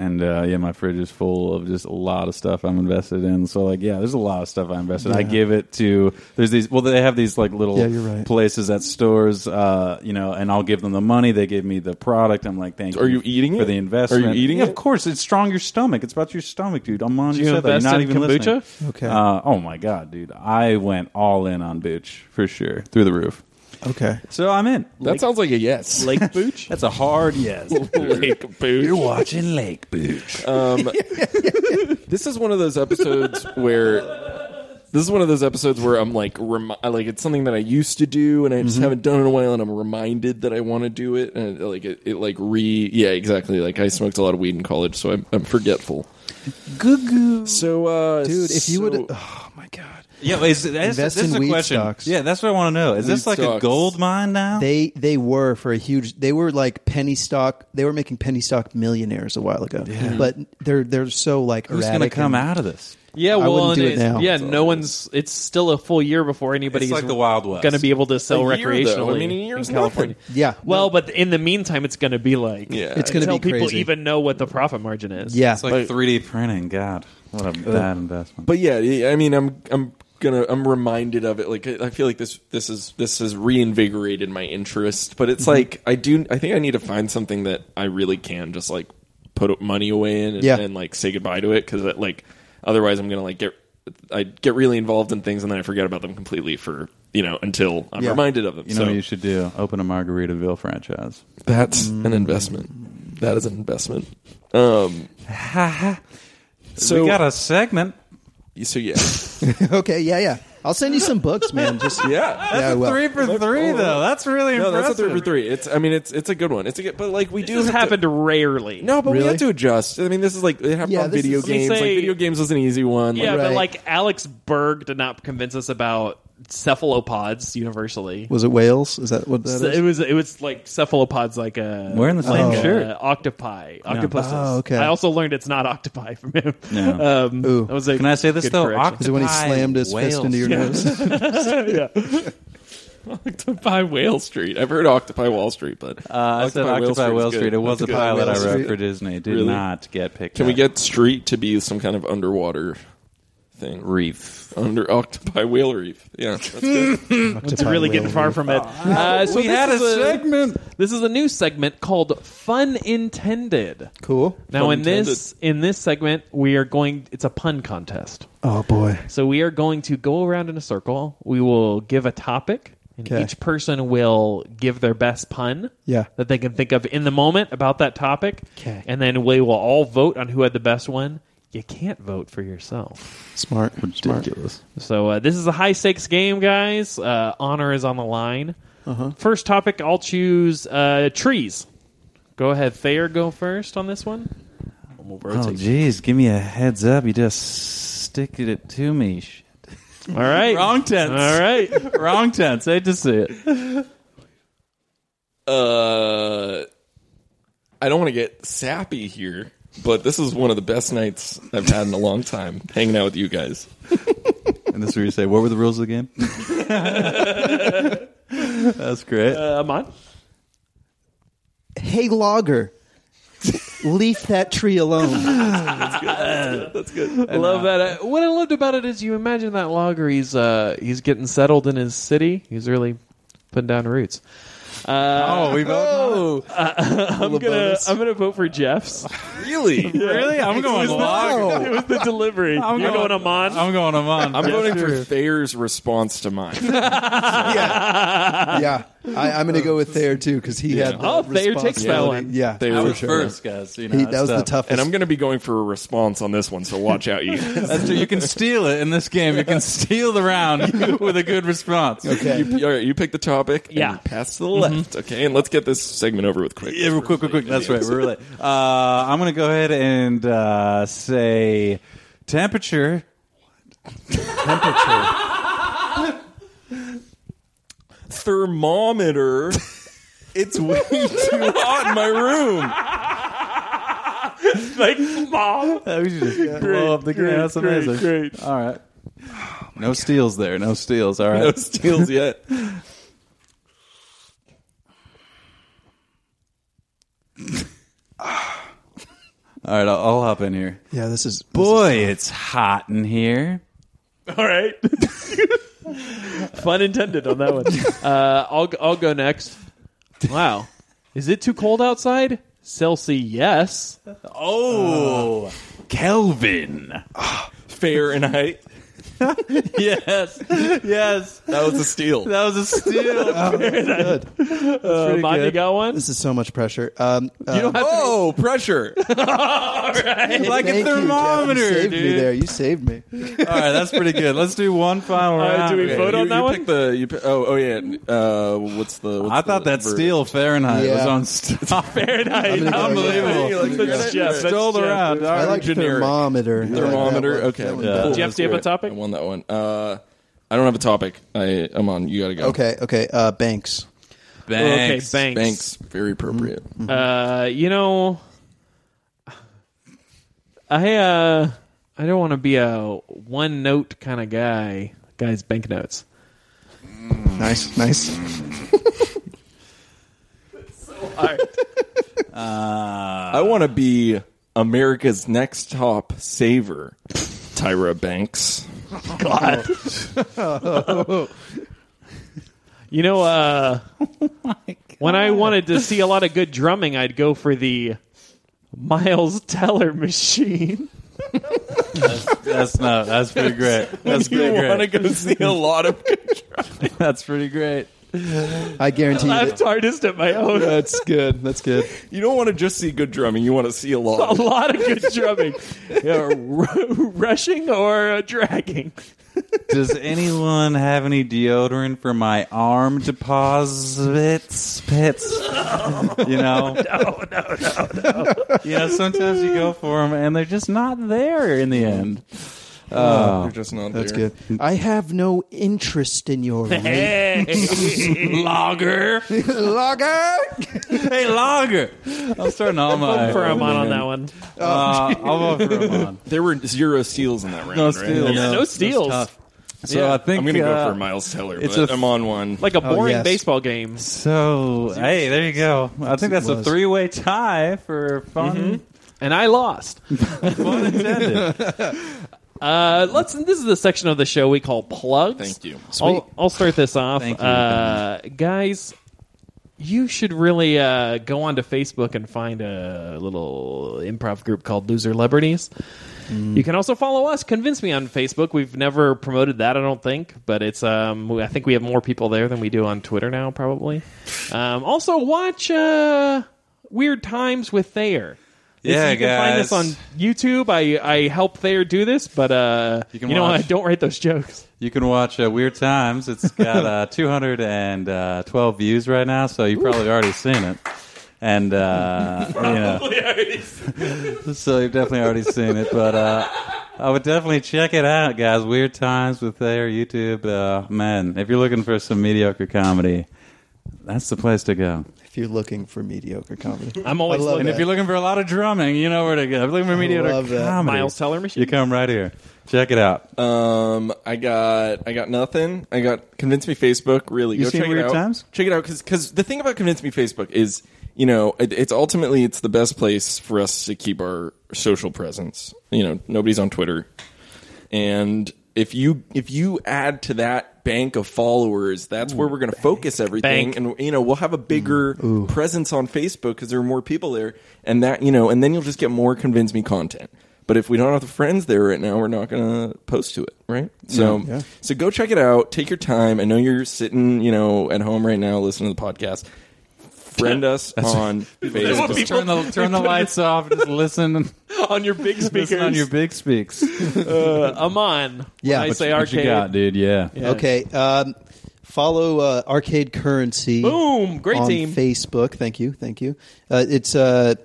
Speaker 2: And uh, yeah, my fridge is full of just a lot of stuff I'm invested in. So like, yeah, there's a lot of stuff I invested. I
Speaker 3: Yeah.
Speaker 2: give it to there's these. Well, they have these like little
Speaker 3: Yeah, you're right.
Speaker 2: places at stores, uh, you know, and I'll give them the money. They give me the product. I'm like, thank.
Speaker 4: Are you eating
Speaker 2: for
Speaker 4: it?
Speaker 2: the investment?
Speaker 4: Are you eating
Speaker 2: Yeah,
Speaker 4: it?
Speaker 2: Of course, it's strong your stomach. It's about your stomach, dude. I'm on
Speaker 1: Do
Speaker 2: you.
Speaker 1: you
Speaker 2: said that. You're
Speaker 1: invest
Speaker 2: not
Speaker 1: in
Speaker 2: even listening.
Speaker 1: kombucha?
Speaker 3: Okay.
Speaker 2: Uh, oh my god, dude! I went all in on Booch for sure, through the roof.
Speaker 3: Okay.
Speaker 2: So I'm in.
Speaker 4: That sounds like a yes.
Speaker 1: Lake Booch.
Speaker 2: That's a hard yes.
Speaker 4: Lake Poon.
Speaker 2: watching Lake Booch.
Speaker 4: This is one of those episodes where this is one of those episodes where I'm like, remi- like it's something that I used to do and I just haven't done in a while, and I'm reminded that I want to do it, and it, like it, it, like re, yeah, exactly. Like I smoked a lot of weed in college, so I'm, I'm forgetful.
Speaker 3: Goo
Speaker 4: So, uh,
Speaker 3: Dude, if you
Speaker 4: so-
Speaker 3: would, oh my god,
Speaker 2: Yeah, is, that's, this
Speaker 3: Invest in
Speaker 2: is a
Speaker 3: weed
Speaker 2: question.
Speaker 3: stocks.
Speaker 2: Yeah, that's what I want to know. Is this
Speaker 4: Weed
Speaker 2: like a
Speaker 4: stocks.
Speaker 2: gold mine now?
Speaker 3: they they were for a huge. They were like penny stock. They were making penny stock millionaires a while ago. But they're they're so like
Speaker 2: Who's going to
Speaker 3: erratic
Speaker 2: come
Speaker 3: and-
Speaker 2: out of this?
Speaker 1: Yeah,
Speaker 3: I
Speaker 1: well,
Speaker 3: wouldn't
Speaker 1: and
Speaker 3: do it
Speaker 1: it's-
Speaker 3: now.
Speaker 1: yeah,
Speaker 3: So
Speaker 1: no one's. It's still a full year before anybody's
Speaker 2: like the Wild West.
Speaker 1: going to be able to sell
Speaker 4: A year, though.
Speaker 1: recreationally
Speaker 4: I mean, a year's
Speaker 1: in California.
Speaker 4: nothing.
Speaker 3: Yeah.
Speaker 1: Well, but in the meantime, it's going to be like
Speaker 4: Yeah.
Speaker 3: It's gonna
Speaker 1: until
Speaker 3: be
Speaker 1: people
Speaker 3: crazy.
Speaker 1: even know what the profit margin is.
Speaker 3: Yeah,
Speaker 2: It's like
Speaker 4: But-
Speaker 2: 3D printing. God, what a bad investment.
Speaker 4: But yeah, I I mean, I'm I'm gonna I'm reminded of it. Like I I feel like this this is this has reinvigorated my interest. But
Speaker 2: Mm-hmm.
Speaker 4: it's like I do I think I need to find something that I really can just like put money away in and,
Speaker 3: Yeah.
Speaker 4: and like say goodbye to it because like otherwise I'm gonna like get I get really involved in things and then I forget about them completely for you know until I'm
Speaker 3: Yeah.
Speaker 4: reminded of them.
Speaker 2: you know
Speaker 4: so
Speaker 2: what you should Mm. do? Open a Margaritaville franchise.
Speaker 4: that's an investment. That is an investment. Um. so
Speaker 2: we got a segment.
Speaker 4: so yeah
Speaker 3: okay, yeah, yeah. I'll send you some books, man. Just
Speaker 4: yeah.
Speaker 3: yeah, I will.
Speaker 2: Three for three, though. That's really
Speaker 4: No,
Speaker 2: impressive.
Speaker 4: that's a three for three. It's I mean it's it's a good one. It's a good, but like we do
Speaker 1: this
Speaker 4: have to-
Speaker 1: happened rarely.
Speaker 4: No, but we
Speaker 3: Really?
Speaker 4: had to adjust. I mean, this is like it happened
Speaker 3: Yeah,
Speaker 4: on
Speaker 3: this
Speaker 4: video
Speaker 3: is-
Speaker 1: Let me
Speaker 4: games.
Speaker 1: say-
Speaker 4: like video games was an easy one.
Speaker 1: yeah,
Speaker 4: Like,
Speaker 1: but
Speaker 3: Right.
Speaker 1: like Alex Berg did not convince us about cephalopods universally.
Speaker 3: Was it whales? Is that what that is?
Speaker 1: So it was it was like cephalopods, like a
Speaker 2: Wearing the same
Speaker 1: like a
Speaker 2: shirt.
Speaker 1: octopi, octopuses.
Speaker 3: Oh, okay.
Speaker 1: I also learned it's not octopi from him.
Speaker 2: No.
Speaker 3: Uh,
Speaker 1: Um,
Speaker 3: Ooh.
Speaker 1: that was a
Speaker 2: Can I say this
Speaker 1: good
Speaker 2: though?
Speaker 1: correction.
Speaker 3: Is it when he
Speaker 2: Octopi
Speaker 3: slammed his fist
Speaker 2: whales.
Speaker 3: into your nose?
Speaker 4: Octopi Whale Street. I've heard Octopi Wall Street, but
Speaker 2: Uh, I said Octopi Wall
Speaker 4: is
Speaker 2: Street.
Speaker 4: good.
Speaker 2: It was a
Speaker 4: That's good.
Speaker 2: pilot I
Speaker 3: Whale
Speaker 2: wrote
Speaker 3: Street.
Speaker 2: for Disney. Did
Speaker 4: Really?
Speaker 2: not get picked.
Speaker 4: Can we
Speaker 2: up.
Speaker 4: get Street to be some kind of underwater thing?
Speaker 2: reef?
Speaker 4: Under Octopi Whale Reef. Yeah, that's good.
Speaker 1: It's really getting far from it.
Speaker 3: Ah.
Speaker 1: Uh, so
Speaker 2: we
Speaker 1: this
Speaker 2: had a
Speaker 1: is
Speaker 2: segment.
Speaker 1: This is a new segment called Fun Intended.
Speaker 3: Cool.
Speaker 1: Now
Speaker 4: Fun
Speaker 1: in this in this segment we are going it's a pun contest.
Speaker 3: Oh boy.
Speaker 1: So we are going to go around in a circle. We will give a topic and
Speaker 3: Okay.
Speaker 1: each person will give their best pun
Speaker 3: Yeah.
Speaker 1: that they can think of in the moment about that topic.
Speaker 3: Okay.
Speaker 1: And then we will all vote on who had the best one. You can't vote for yourself.
Speaker 3: Smart. Smart.
Speaker 2: Ridiculous.
Speaker 1: So uh, this is a high stakes game, guys. Uh, honor is on the line.
Speaker 3: Uh-huh.
Speaker 1: First topic, I'll choose uh, trees. Go ahead, Thayer. Go first on this one. We'll
Speaker 2: Oh,
Speaker 1: rotate.
Speaker 2: geez. Give me a heads up. You just sticked it to me. Shit.
Speaker 1: all right,
Speaker 2: Wrong tense.
Speaker 1: All right,
Speaker 2: Wrong tense. Hate to see it.
Speaker 4: Uh, I don't want to get sappy here, but this is one of the best nights I've had in a long time hanging out with you guys.
Speaker 2: And this is where you say, "What were the rules of the game?" That's great.
Speaker 1: uh, Amon.
Speaker 3: Hey, logger, leave that tree alone.
Speaker 1: I love that. Uh, What I loved about it is you imagine that logger. He's uh, he's getting settled in his city. He's really putting down roots. Uh,
Speaker 2: oh, we both.
Speaker 1: I'm gonna I'm gonna vote for Jeff's.
Speaker 4: Really?
Speaker 2: Really? I'm going log.
Speaker 1: it was the delivery.
Speaker 2: I'm
Speaker 1: You're going,
Speaker 2: going-
Speaker 1: Amon.
Speaker 2: I'm going them on.
Speaker 4: I'm voting for Thayer's response to mine.
Speaker 3: yeah, I, I'm going to go with Thayer too because he had. The
Speaker 1: Oh, Thayer takes that
Speaker 3: responsibility.
Speaker 1: one.
Speaker 3: Yeah,
Speaker 4: Thayer
Speaker 2: was
Speaker 4: for sure.
Speaker 2: first, guys. You know,
Speaker 3: He-
Speaker 2: it's
Speaker 3: that was the
Speaker 2: tough.
Speaker 3: toughest.
Speaker 4: And I'm going to be going for a response on this one, so watch out, you.
Speaker 2: That's true. You can steal it in this game. You can steal the round with a good response.
Speaker 3: Okay.
Speaker 4: you all right, you pick the topic. and
Speaker 1: Yeah.
Speaker 4: pass to the left, okay? And let's get this segment over with quick.
Speaker 2: Yeah, real quick, quick, quick. That's right. We're late. Uh, I'm going to go ahead and uh, say temperature.
Speaker 4: Thermometer. it's way too hot in my room.
Speaker 1: like mom.
Speaker 2: Uh, we should just blow up the game.
Speaker 1: great,
Speaker 2: That's
Speaker 1: great,
Speaker 2: amazing.
Speaker 1: great.
Speaker 2: All right. No steals there. No steals. All right.
Speaker 4: No steals yet.
Speaker 2: All right. I'll, I'll hop in here.
Speaker 3: yeah, this is
Speaker 2: Boy, it's hot in here.
Speaker 1: All right. Fun intended on that one. Uh, I'll I'll go next. Wow, is it too cold outside? Celsius, yes.
Speaker 4: Uh.
Speaker 2: Oh, Kelvin.
Speaker 4: Fair and I.
Speaker 2: yes, yes.
Speaker 4: That was a steal.
Speaker 2: That was a steal.
Speaker 1: Uh,
Speaker 3: pretty
Speaker 1: Monty
Speaker 3: good.
Speaker 1: got one.
Speaker 3: This is so much pressure. Um, uh,
Speaker 1: You don't have to.
Speaker 4: oh, pressure.
Speaker 2: like a
Speaker 3: thank you, Jeff.
Speaker 2: thermometer,
Speaker 3: You saved me
Speaker 2: dude.
Speaker 3: there. You saved me.
Speaker 2: All right, that's pretty good. Let's do one final
Speaker 1: right,
Speaker 2: round.
Speaker 1: do we
Speaker 2: Okay.
Speaker 1: vote
Speaker 4: you,
Speaker 1: on that
Speaker 4: you
Speaker 1: one?
Speaker 4: pick The, you pick, oh, oh yeah. Uh, what's the? What's
Speaker 2: I thought
Speaker 4: the
Speaker 2: that
Speaker 4: verb?
Speaker 2: steal Fahrenheit
Speaker 3: Yeah.
Speaker 2: was on stop.
Speaker 1: Fahrenheit.
Speaker 3: I'm gonna go
Speaker 1: Unbelievable.
Speaker 4: with that.
Speaker 1: That's Jeff. That's
Speaker 2: Stole the
Speaker 1: Jeff.
Speaker 2: round. All
Speaker 3: I
Speaker 2: right.
Speaker 3: like
Speaker 4: generic.
Speaker 3: thermometer. I like that
Speaker 4: Thermometer.
Speaker 3: one.
Speaker 4: okay.
Speaker 3: That one
Speaker 2: Yeah.
Speaker 3: better.
Speaker 1: Jeff, do you
Speaker 4: That's
Speaker 1: have a
Speaker 4: good.
Speaker 1: topic?
Speaker 4: I won that one. Uh, I don't have a topic. I, I'm on. You got to go.
Speaker 3: Okay. Okay. Uh, banks.
Speaker 2: Banks.
Speaker 1: Oh, Okay, banks.
Speaker 4: Thanks. Very appropriate.
Speaker 2: Mm-hmm.
Speaker 1: Uh, you know, I uh, I don't want to be a one note kind of guy. Guys, banknotes.
Speaker 3: Nice. Nice.
Speaker 4: I want to be America's next top saver, Tyra Banks.
Speaker 1: You know, uh, when
Speaker 4: Oh
Speaker 1: I wanted to see a lot of good drumming, I'd go for the Miles Teller machine.
Speaker 2: That's not. That's pretty great. That's
Speaker 4: you
Speaker 2: pretty
Speaker 4: want to
Speaker 2: great.
Speaker 4: go see a lot of
Speaker 2: That's pretty great.
Speaker 3: I guarantee you.
Speaker 1: I'm
Speaker 3: That,
Speaker 1: hardest at my own.
Speaker 3: that's good. That's good.
Speaker 4: You don't want to just see good drumming. You want to see a
Speaker 1: a
Speaker 4: lot.
Speaker 1: lot of good drumming, yeah, ru- rushing or uh, dragging.
Speaker 2: Does anyone have any deodorant for my arm deposits? Pits. You know? No, no, no, no. You know, sometimes you go for them and they're just not there in the end.
Speaker 4: You're just not
Speaker 3: That's
Speaker 4: there.
Speaker 3: good. I have no interest in your rate.
Speaker 2: Lager.
Speaker 3: Lager.
Speaker 2: Hey, lager. I'm starting all my.
Speaker 1: for Amon on that one.
Speaker 2: Uh, I'll vote for Amon.
Speaker 4: There were zero steals in that round.
Speaker 2: No
Speaker 4: right?
Speaker 2: steals.
Speaker 1: Yeah, no steals.
Speaker 2: So I think
Speaker 4: I'm going to go
Speaker 2: uh,
Speaker 4: for Miles Teller,
Speaker 2: it's
Speaker 4: but
Speaker 2: a
Speaker 4: i
Speaker 2: f-
Speaker 4: I'm on one.
Speaker 1: Like
Speaker 2: Oh,
Speaker 1: a boring
Speaker 3: yes.
Speaker 1: baseball game.
Speaker 2: So hey, there you go. I think that's a
Speaker 3: was.
Speaker 2: three-way tie for
Speaker 1: Mm-hmm.
Speaker 2: fun.
Speaker 1: And I lost.
Speaker 2: Fun intended.
Speaker 1: Uh, let's. This is the section of the show we call plugs.
Speaker 4: Thank you.
Speaker 1: I'll, I'll start this off.
Speaker 2: Thank you.
Speaker 1: Uh, guys, you should really uh, go onto Facebook and find a little improv group called Loser Liberties. You can also follow us, Convince Me, on Facebook. We've never promoted that, I don't think, but it's um, I think we have more people there than we do on Twitter now, probably. Um, also, watch uh, Weird Times with Thayer. This-
Speaker 2: Yeah,
Speaker 1: you can find this
Speaker 2: guys.
Speaker 1: on YouTube. I, I help Thayer do this, but uh, you,
Speaker 2: You can
Speaker 1: know
Speaker 2: watch.
Speaker 1: I don't write those jokes.
Speaker 2: You can watch uh, Weird Times. It's got uh, 212 uh, views right now, so you've probably already seen it. And uh, you know, so you've definitely already seen it. But uh, I would definitely check it out, guys. Weird Times with their YouTube. Uh, man, if you're looking for some mediocre comedy, that's the place to go.
Speaker 3: If you're looking for mediocre comedy,
Speaker 1: I'm always
Speaker 3: I love
Speaker 1: looking.
Speaker 2: And if you're looking for a lot of drumming, you know where to go. If you're looking for mediocre
Speaker 3: love that. Uh,
Speaker 2: comedy,
Speaker 1: Miles Teller machine.
Speaker 2: you come right here. Check it out.
Speaker 4: Um, I got I got nothing. I got convince me Facebook. Really,
Speaker 2: You
Speaker 4: go
Speaker 2: seen
Speaker 4: check
Speaker 2: Weird
Speaker 4: it out.
Speaker 2: Times?
Speaker 4: Check it out because the thing about convince me Facebook is you know it, it's ultimately it's the best place for us to keep our social presence. You know nobody's on Twitter, and if you if you add to that bank of followers, that's where we're going to focus everything,
Speaker 1: Bank.
Speaker 4: and you know we'll have a bigger presence on Facebook because there are more people there, and that you know, and then you'll just get more convince me content. But if we don't have the friends there right now, we're not going to post to it, right? So, so go check it out. Take your time. I know you're sitting, you know, at home right now listening to the podcast. Friend us on
Speaker 1: want
Speaker 4: Facebook.
Speaker 1: people-
Speaker 2: Just turn the turn the lights off. Just listen.
Speaker 1: on your big speakers.
Speaker 2: Listen on your big speaks.
Speaker 1: uh, Amon.
Speaker 3: Yeah,
Speaker 1: when I
Speaker 3: what
Speaker 1: say
Speaker 2: What
Speaker 1: arcade.
Speaker 2: you got, dude? Yeah.
Speaker 1: Yeah.
Speaker 3: okay. Um, follow uh, Arcade Currency.
Speaker 1: Boom! Great
Speaker 3: on
Speaker 1: team.
Speaker 3: Facebook. Thank you, thank you. Uh, it's uh,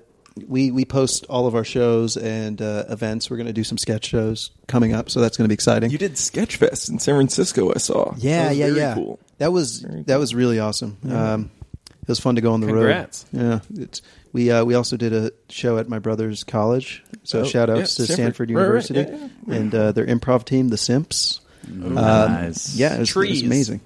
Speaker 3: we we post all of our shows and uh, events. We're going to do some sketch shows coming up, so that's going to be exciting.
Speaker 4: You did Sketchfest in San Francisco. I saw.
Speaker 3: yeah,
Speaker 4: That was
Speaker 3: yeah,
Speaker 4: very
Speaker 3: yeah.
Speaker 4: Cool.
Speaker 3: That was that was really awesome. Um, it was fun to go on the
Speaker 1: Congrats.
Speaker 3: road. Yeah, it's we uh, we also did a show at my brother's college. So
Speaker 4: Oh,
Speaker 3: shout outs
Speaker 4: yeah,
Speaker 3: to
Speaker 4: Stanford.
Speaker 3: Stanford,
Speaker 4: Right, right,
Speaker 3: University
Speaker 4: yeah,
Speaker 3: and uh, their improv team, the Simps.
Speaker 2: nice.
Speaker 3: Yeah, it was, it was
Speaker 1: Trees. Mm.
Speaker 3: amazing.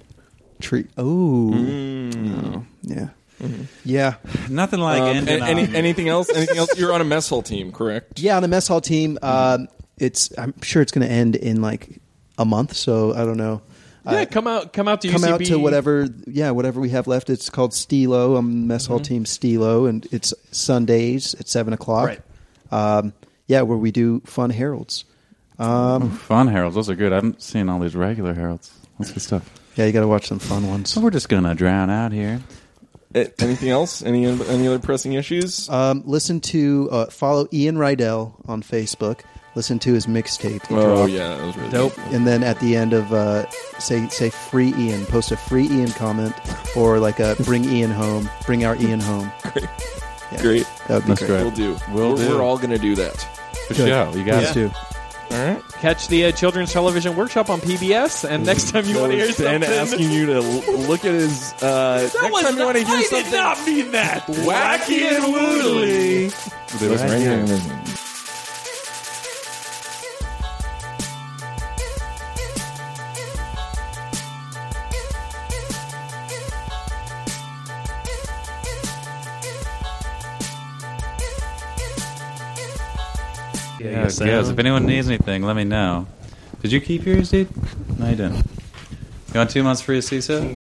Speaker 3: Tree. Oh. Oh, yeah.
Speaker 1: Mm-hmm.
Speaker 3: Yeah.
Speaker 2: Nothing like
Speaker 4: Um,
Speaker 2: ending
Speaker 4: a- any,
Speaker 2: on-
Speaker 4: anything else? Anything else? You're on a mess hall team, correct?
Speaker 3: Yeah, on the mess hall team. Um, it's I'm sure it's going to end in like a month, so I don't know.
Speaker 1: Yeah,
Speaker 3: Uh,
Speaker 1: come out, come out to
Speaker 3: come
Speaker 1: UCB.
Speaker 3: out to whatever. Yeah, whatever we have left. It's called Stilo. I'm mess hall team Stilo, and it's Sundays at seven o'clock.
Speaker 1: Mm-hmm. Right.
Speaker 3: Um, yeah, where we do fun heralds.
Speaker 1: Oh.
Speaker 2: Fun heralds. Those are good. I haven't seen all these regular heralds. That's good stuff.
Speaker 3: Yeah, you got to watch some fun ones.
Speaker 1: Oh,
Speaker 2: So we're just gonna drown out here.
Speaker 4: Uh, anything else? Any any other pressing issues?
Speaker 3: Um, listen to uh, follow Ian Rydell on Facebook. Listen to his mixtape. he
Speaker 4: oh
Speaker 3: dropped.
Speaker 4: yeah, that was really
Speaker 1: Dope.
Speaker 4: good.
Speaker 3: And then at the end of uh, say say free Ian, post a free Ian comment or like a bring Ian home, bring our Ian home. Yeah.
Speaker 4: Great.
Speaker 3: That would be
Speaker 2: That's
Speaker 3: great.
Speaker 2: great.
Speaker 4: We'll do.
Speaker 2: Will
Speaker 4: we're,
Speaker 2: do.
Speaker 4: we're all gonna do that.
Speaker 2: For sure. You guys
Speaker 3: Let's do.
Speaker 4: All right.
Speaker 1: Catch the uh, Children's Television Workshop on PBS, and next time you
Speaker 4: That
Speaker 1: want to hear
Speaker 4: was Ben
Speaker 1: something,
Speaker 4: asking you to l- look at his. Uh,
Speaker 1: that
Speaker 4: next
Speaker 1: was
Speaker 4: time you
Speaker 1: not,
Speaker 4: want to
Speaker 1: I
Speaker 4: hear
Speaker 1: did
Speaker 4: something
Speaker 1: not mean that.
Speaker 4: wacky and woodly.
Speaker 2: It was right here. Yeah, it goes. If anyone needs anything, let me know. Did you keep yours, dude? No, you didn't. You want two months free of CISO?